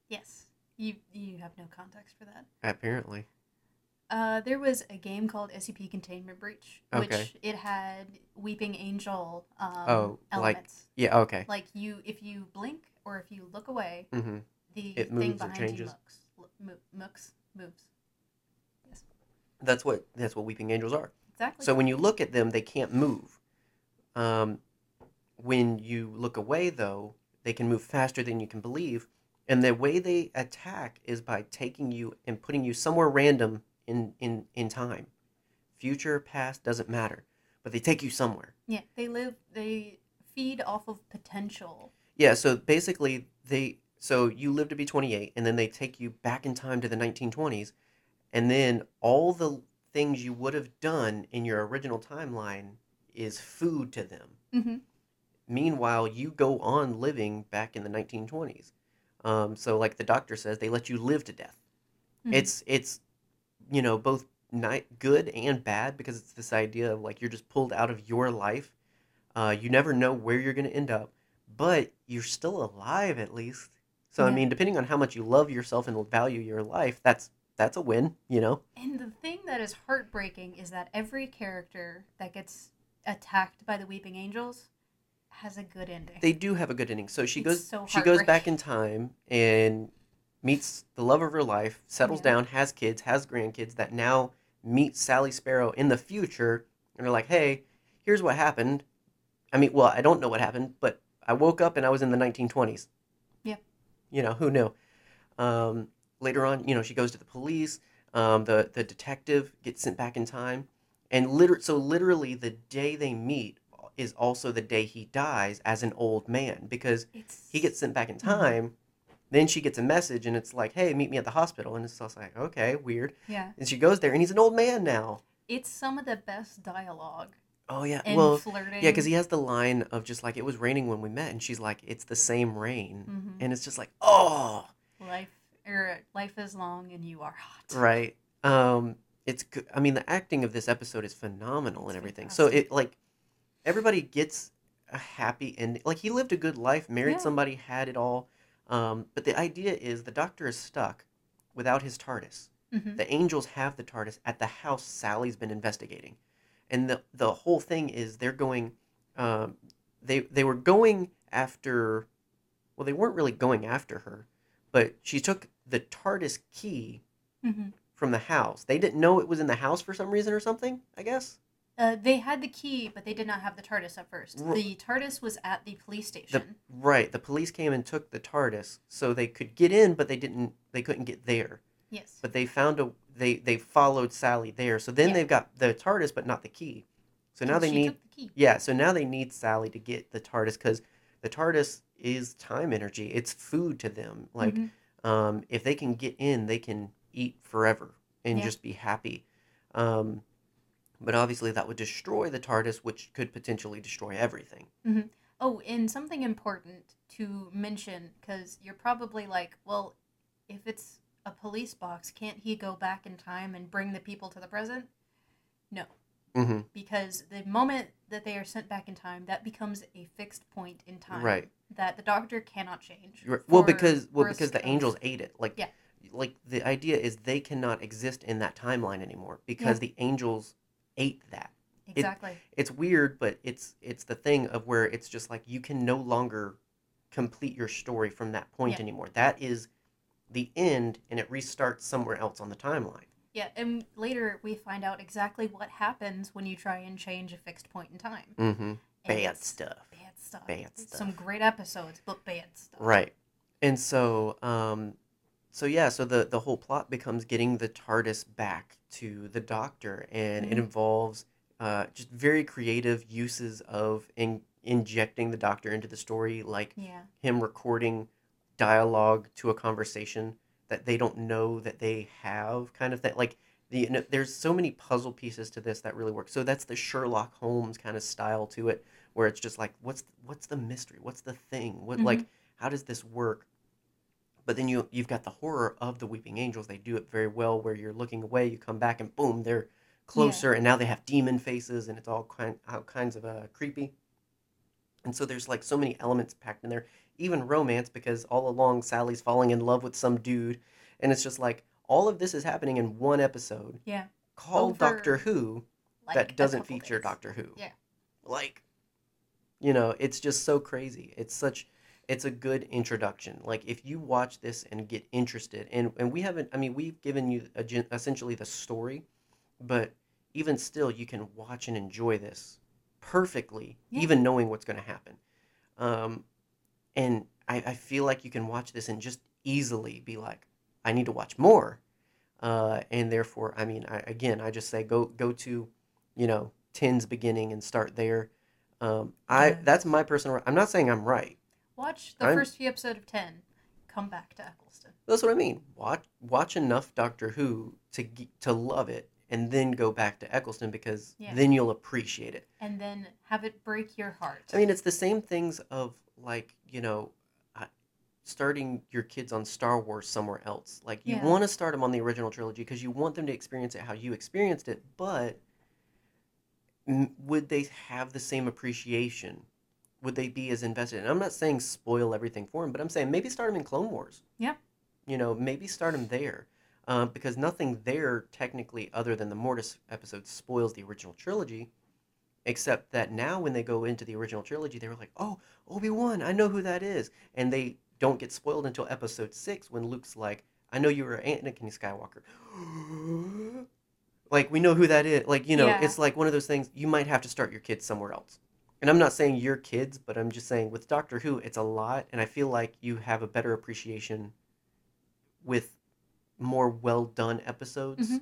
S3: Yes. You you have no context for that.
S2: apparently.
S3: Uh, there was a game called SCP Containment Breach, which
S2: Okay.
S3: it had Weeping Angel um,
S2: Oh, like-
S3: elements.
S2: Yeah, okay.
S3: Like, you, if you blink or if you look away,
S2: hmm
S3: the
S2: It
S3: thing
S2: moves or
S3: behind you
S2: changes.
S3: looks, lo- mo- mooks, moves. Yes,
S2: That's what that's what weeping angels are.
S3: exactly.
S2: So when you look at them, they can't move. Um, when you look away, though, they can move faster than you can believe. And the way they attack is by taking you and putting you somewhere random in in in time. Future, past doesn't matter, but they take you somewhere.
S3: yeah, they live, they feed off of potential.
S2: Yeah. So basically, they so you live to be 28, and then they take you back in time to the 1920s, and then all the things you would have done in your original timeline is food to them.
S3: Mm-hmm.
S2: meanwhile you go on living back in the 1920s um, so like the doctor says they let you live to death
S3: Mhm.
S2: it's it's you know both not good and bad because it's this idea of like you're just pulled out of your life uh, you never know where you're going to end up but you're still alive at least so i
S3: Yeah.
S2: mean depending on how much you love yourself and value your life that's that's a win you know
S3: And the thing that is heartbreaking is that every character that gets attacked by the Weeping Angels has a good ending.
S2: they do have a good ending. So she
S3: It's
S2: goes
S3: so
S2: she goes back
S3: heartbreaking.
S2: in time and meets the love of her life, settles
S3: Yeah.
S2: down, has kids, has grandkids that now meet Sally Sparrow in the future and are like, "Hey, here's what happened." I mean, well, I don't know what happened, but I woke up and I was in the 1920s.
S3: Yeah.
S2: You know, who knew? Um, later on, you know, she goes to the police. Um, the the detective gets sent back in time, and liter- so literally the day they meet is also the day he dies as an old man because
S3: it's
S2: he gets sent back in
S3: Mhm.
S2: time. Then she gets a message and it's like, "Hey, meet me at the hospital." And it's just like, "Okay, weird."
S3: yeah.
S2: And she goes there and he's an old man now.
S3: It's some of the best dialogue
S2: Oh yeah,
S3: and
S2: well,
S3: flirting.
S2: yeah, because he has the line of just like, "It was raining when we met," and she's like, "It's the same rain,"
S3: Mhm.
S2: and it's just like, "Oh."
S3: life er, life is long and you are hot.
S2: right um it's good i mean the acting of this episode is phenomenal and
S3: It's
S2: everything so
S3: fantastic.
S2: it like everybody gets a happy ending like he lived a good life married
S3: Yeah.
S2: somebody had it all um but the idea is the doctor is stuck without his tardis
S3: hmm
S2: the angels have the tardis at the house sally's been investigating and the the whole thing is they're going um they they were going after well they weren't really going after her but she took the tardis key
S3: hmm
S2: from the house. They didn't know it was in the house for some reason or something, I guess.
S3: Uh, they had the key, but they did not have the TARDIS at first.
S2: Ru-
S3: The TARDIS was at the police
S2: The,
S3: station.
S2: right, the police came and took the TARDIS so they could get in but they didn't they couldn't get there.
S3: Yes.
S2: But they found a they they followed Sally there. So then
S3: Yeah.
S2: they've got the TARDIS but not the key. So now
S3: And
S2: they
S3: she
S2: need
S3: took the key.
S2: Yeah, so now they need Sally to get the TARDIS cuz the TARDIS is time energy. It's food to them. Like
S3: Mhm.
S2: um, if they can get in, they can eat forever and
S3: Yeah.
S2: just be happy. Um, but obviously, that would destroy the TARDIS, which could potentially destroy everything.
S3: Oh, and something important to mention because you're probably like, well, if it's a police box, can't he go back in time and bring the people to the present? No.
S2: hmm
S3: because the moment that they are sent back in time, that becomes a fixed point in time.
S2: Right.
S3: That the doctor cannot change.
S2: well,
S3: for-
S2: because well
S3: for a
S2: because the
S3: certain-
S2: angels ate it. Like
S3: Yeah.
S2: like the idea is they cannot exist in that timeline anymore because the angels ate that.
S3: Exactly.
S2: It's weird, but it's it's the thing of where it's just like you can no longer complete your story from that point
S3: Yeah.
S2: anymore. That is the end, and it restarts somewhere else on the timeline.
S3: yeah, and later we find out exactly what happens when you try and change a fixed point in time.
S2: Mm-hmm.
S3: And
S2: Bad
S3: it's
S2: stuff.
S3: Bad stuff.
S2: Bad
S3: Some
S2: stuff.
S3: great episodes, but bad stuff.
S2: Right. And so, um, so yeah, so the the whole plot becomes getting the TARDIS back to the Doctor, and it
S3: Mhm.
S2: involves uh, just very creative uses of in- injecting the Doctor into the story, like
S3: Yeah.
S2: him recording dialogue to a conversation that they don't know that they have, kind of thing. Like the you know, there's so many puzzle pieces to this that really work. So that's the Sherlock Holmes kind of style to it, where it's just like, what's what's the mystery? What's the thing? What like how does this work? But then you you've got the horror of the Weeping Angels. They do it very well, where you're looking away, you come back, and boom, they're closer, and now they have demon faces, and it's all kind all kinds of uh, creepy. And so there's like so many elements packed in there, even romance, because all along Sally's falling in love with some dude, and it's just like all of this is happening in one episode.
S3: Yeah.
S2: Call
S3: Over,
S2: Doctor Who
S3: Like a
S2: that doesn't
S3: couple
S2: feature
S3: days.
S2: Doctor Who.
S3: Yeah.
S2: Like, you know, it's just so crazy. It's such, it's a good introduction. Like, if you watch this and get interested, and and we haven't, I mean, we've given you a, gen- essentially the story, but even still, you can watch and enjoy this perfectly,
S3: Yeah.
S2: even knowing what's going to happen. Um, and I, I feel like you can watch this and just easily be like, I need to watch more. Uh, and therefore, I mean, I, again, I just say go go to, you know, tens beginning and start there. Um, I
S3: Yeah.
S2: that's my personal. I'm not saying I'm right.
S3: Watch the
S2: I'm-
S3: first few episodes of 10. Come back to Eccleston.
S2: That's what I mean. Watch watch enough Doctor Who to ge- to love it, and then go back to Eccleston because
S3: Yeah.
S2: then you'll appreciate it.
S3: And then have it break your heart.
S2: I mean, it's the same things of like you know, uh, starting your kids on Star Wars somewhere else. Like you
S3: Yeah.
S2: want to start them on the original trilogy because you want them to experience it how you experienced it, but m- would they have the same appreciation? Would they be as invested? And I'm not saying spoil everything for them, but I'm saying maybe start them in Clone Wars.
S3: Yeah.
S2: You know, maybe start them there. Uh, because nothing there, technically, other than the Mortis episode, spoils the original trilogy except that now when they go into the original trilogy they were like oh obi-wan i know who that is and they don't get spoiled until episode six when luke's like i know you were anakin skywalker like we know who that is like you know
S3: Yeah.
S2: it's like one of those things you might have to start your kids somewhere else and i'm not saying your kids but i'm just saying with doctor who it's a lot and i feel like you have a better appreciation with more well done episodes
S3: Mhm.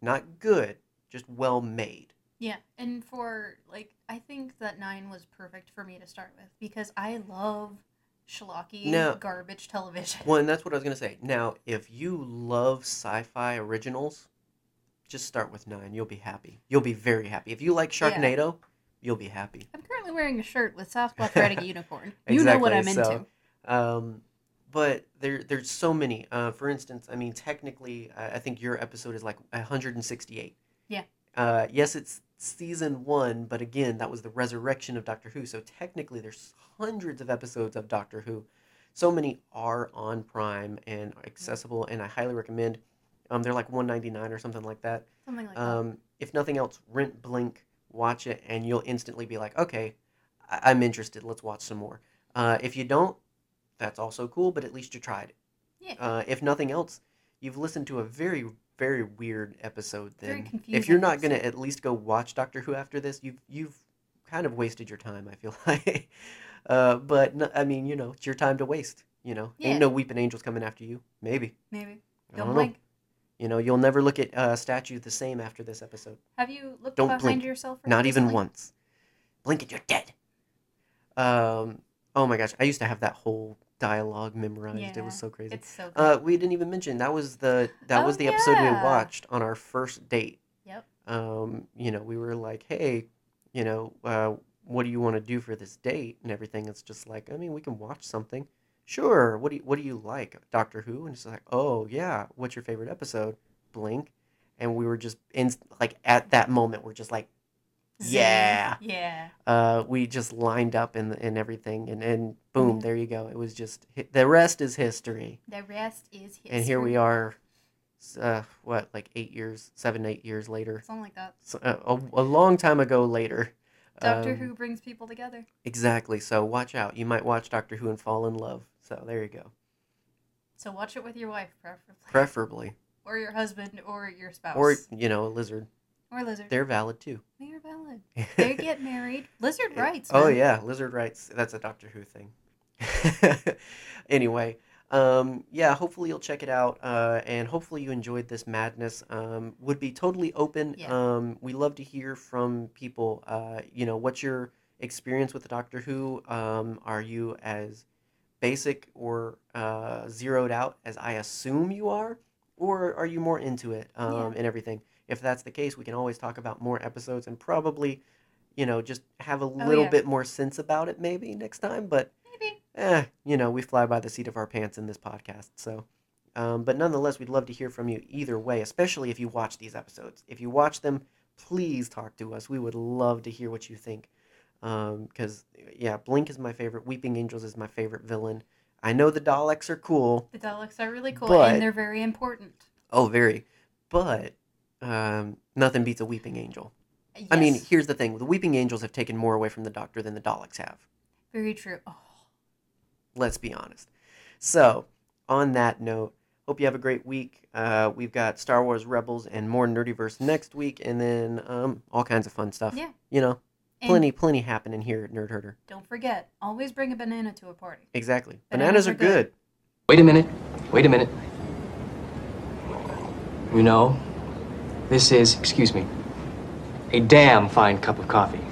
S2: not good just well made
S3: Yeah, and for like, I think that nine was perfect for me to start with because I love schlocky
S2: No.
S3: garbage television.
S2: Well, and that's what I was gonna say. Now, if you love sci-fi originals, just start with nine. You'll be happy. You'll be very happy. If you like
S3: Yeah.
S2: Sharknado, you'll be happy.
S3: I'm currently wearing a shirt with Sasquatch riding a unicorn. You know what I'm
S2: Exactly,
S3: into.
S2: so- Um, but there, there's so many. Uh, for instance, I mean, technically, I, I think your episode is like 168.
S3: Yeah.
S2: Uh, yes, it's season one, but again, that was the resurrection of Doctor Who. So technically, there's hundreds of episodes of Doctor Who. So many are on Prime and are accessible, and I highly recommend. Um, they're like 199 or something like that.
S3: Something like oh.
S2: Um, if nothing else, rent Blink, watch it, and you'll instantly be like, okay, I- I'm interested. Let's watch some more. Uh, if you don't, that's also cool, but at least you tried. it.
S3: Yeah.
S2: Uh, if nothing else, you've listened to a very, very weird episode.
S3: Very
S2: Then, if
S3: confusing
S2: you're not gonna at least go watch Doctor Who after this, you've you've kind of wasted your time. I feel like, uh, but no, I mean, you know, it's your time to waste. You know,
S3: Yeah.
S2: ain't no weeping angels coming after you. Maybe
S3: that. Maybe.
S2: I
S3: Don't
S2: don't know.
S3: blink.
S2: You know, you'll never look at uh, statues the same after this episode.
S3: Have you looked
S2: Don't
S3: behind
S2: blink.
S3: yourself?
S2: Not even
S3: recently?
S2: once. Blink and you're dead. Um. Oh my gosh, I used to have that whole dialogue memorized. It
S3: Yeah,
S2: was so crazy.
S3: It's so. Good.
S2: Uh, we didn't even mention that was the that
S3: Oh,
S2: was the episode we
S3: yeah.
S2: watched on our first date.
S3: Yep.
S2: Um. You know, we were like, hey, you know, uh, what do you want to do for this date and everything? It's just like, I mean, we can watch something. Sure. What do you, what do you like, Doctor Who? And it's like, oh yeah, what's your favorite episode? Blink. and we were just in like at that moment we're just like
S3: Zing.
S2: yeah
S3: Yeah.
S2: uh, we just lined up and and everything and and
S3: Mm-hmm.
S2: boom there you go it was just hi- the rest is history
S3: The rest is history.
S2: and here we are s- uh, what like eight years seven eight years later
S3: Something like that.
S2: so, uh, a, a long time ago later
S3: Doctor
S2: Um,
S3: Who brings people together.
S2: exactly so watch out you might watch doctor who and fall in love so there you go
S3: So watch it with your wife, preferably.
S2: preferably
S3: or your husband, or your spouse.
S2: or you know a lizard
S3: or lizard.
S2: they're valid too
S3: They are valid. They get married. Lizard rights.
S2: Oh
S3: man.
S2: yeah, lizard rights. That's a Doctor Who thing. anyway, um, yeah. Hopefully you'll check it out, uh, and hopefully you enjoyed this madness. Um, would be totally open.
S3: Yeah.
S2: Um, we love to hear from people. Uh, you know, what's your experience with the Doctor Who? Um, are you as basic or uh, zeroed out as I assume you are, or are you more into it um,
S3: Yeah.
S2: and everything? If that's the case, we can always talk about more episodes and probably, you know, just have a little
S3: Oh, yeah.
S2: bit more sense about it maybe next time. But
S3: Maybe.
S2: eh, you know, we fly by the seat of our pants in this podcast. So, um, but nonetheless, we'd love to hear from you either way, especially if you watch these episodes. If you watch them, please talk to us. We would love to hear what you think. Because, yeah, Blink is my favorite. Weeping Angels is my favorite villain. I know the Daleks are cool.
S3: The Daleks are really cool,
S2: But-
S3: and they're very important.
S2: Oh, very. But um, nothing beats a Weeping Angel. I mean,
S3: Yes,
S2: here's the thing the Weeping Angels have taken more away from the Doctor than the Daleks have.
S3: very true. Oh,
S2: let's be honest. So, on that note, hope you have a great week. Uh, we've got Star Wars Rebels and more Nerdiverse next week, and then um, all kinds of fun stuff.
S3: Yeah.
S2: You know,
S3: and
S2: plenty, plenty happening here at Nerd Herder.
S3: Don't forget, always bring a banana to a party.
S2: Exactly. Bananas,
S3: Bananas
S2: are
S3: are good.
S2: good.
S4: Wait a minute. Wait a minute. You know, this is, excuse me, a damn fine cup of coffee.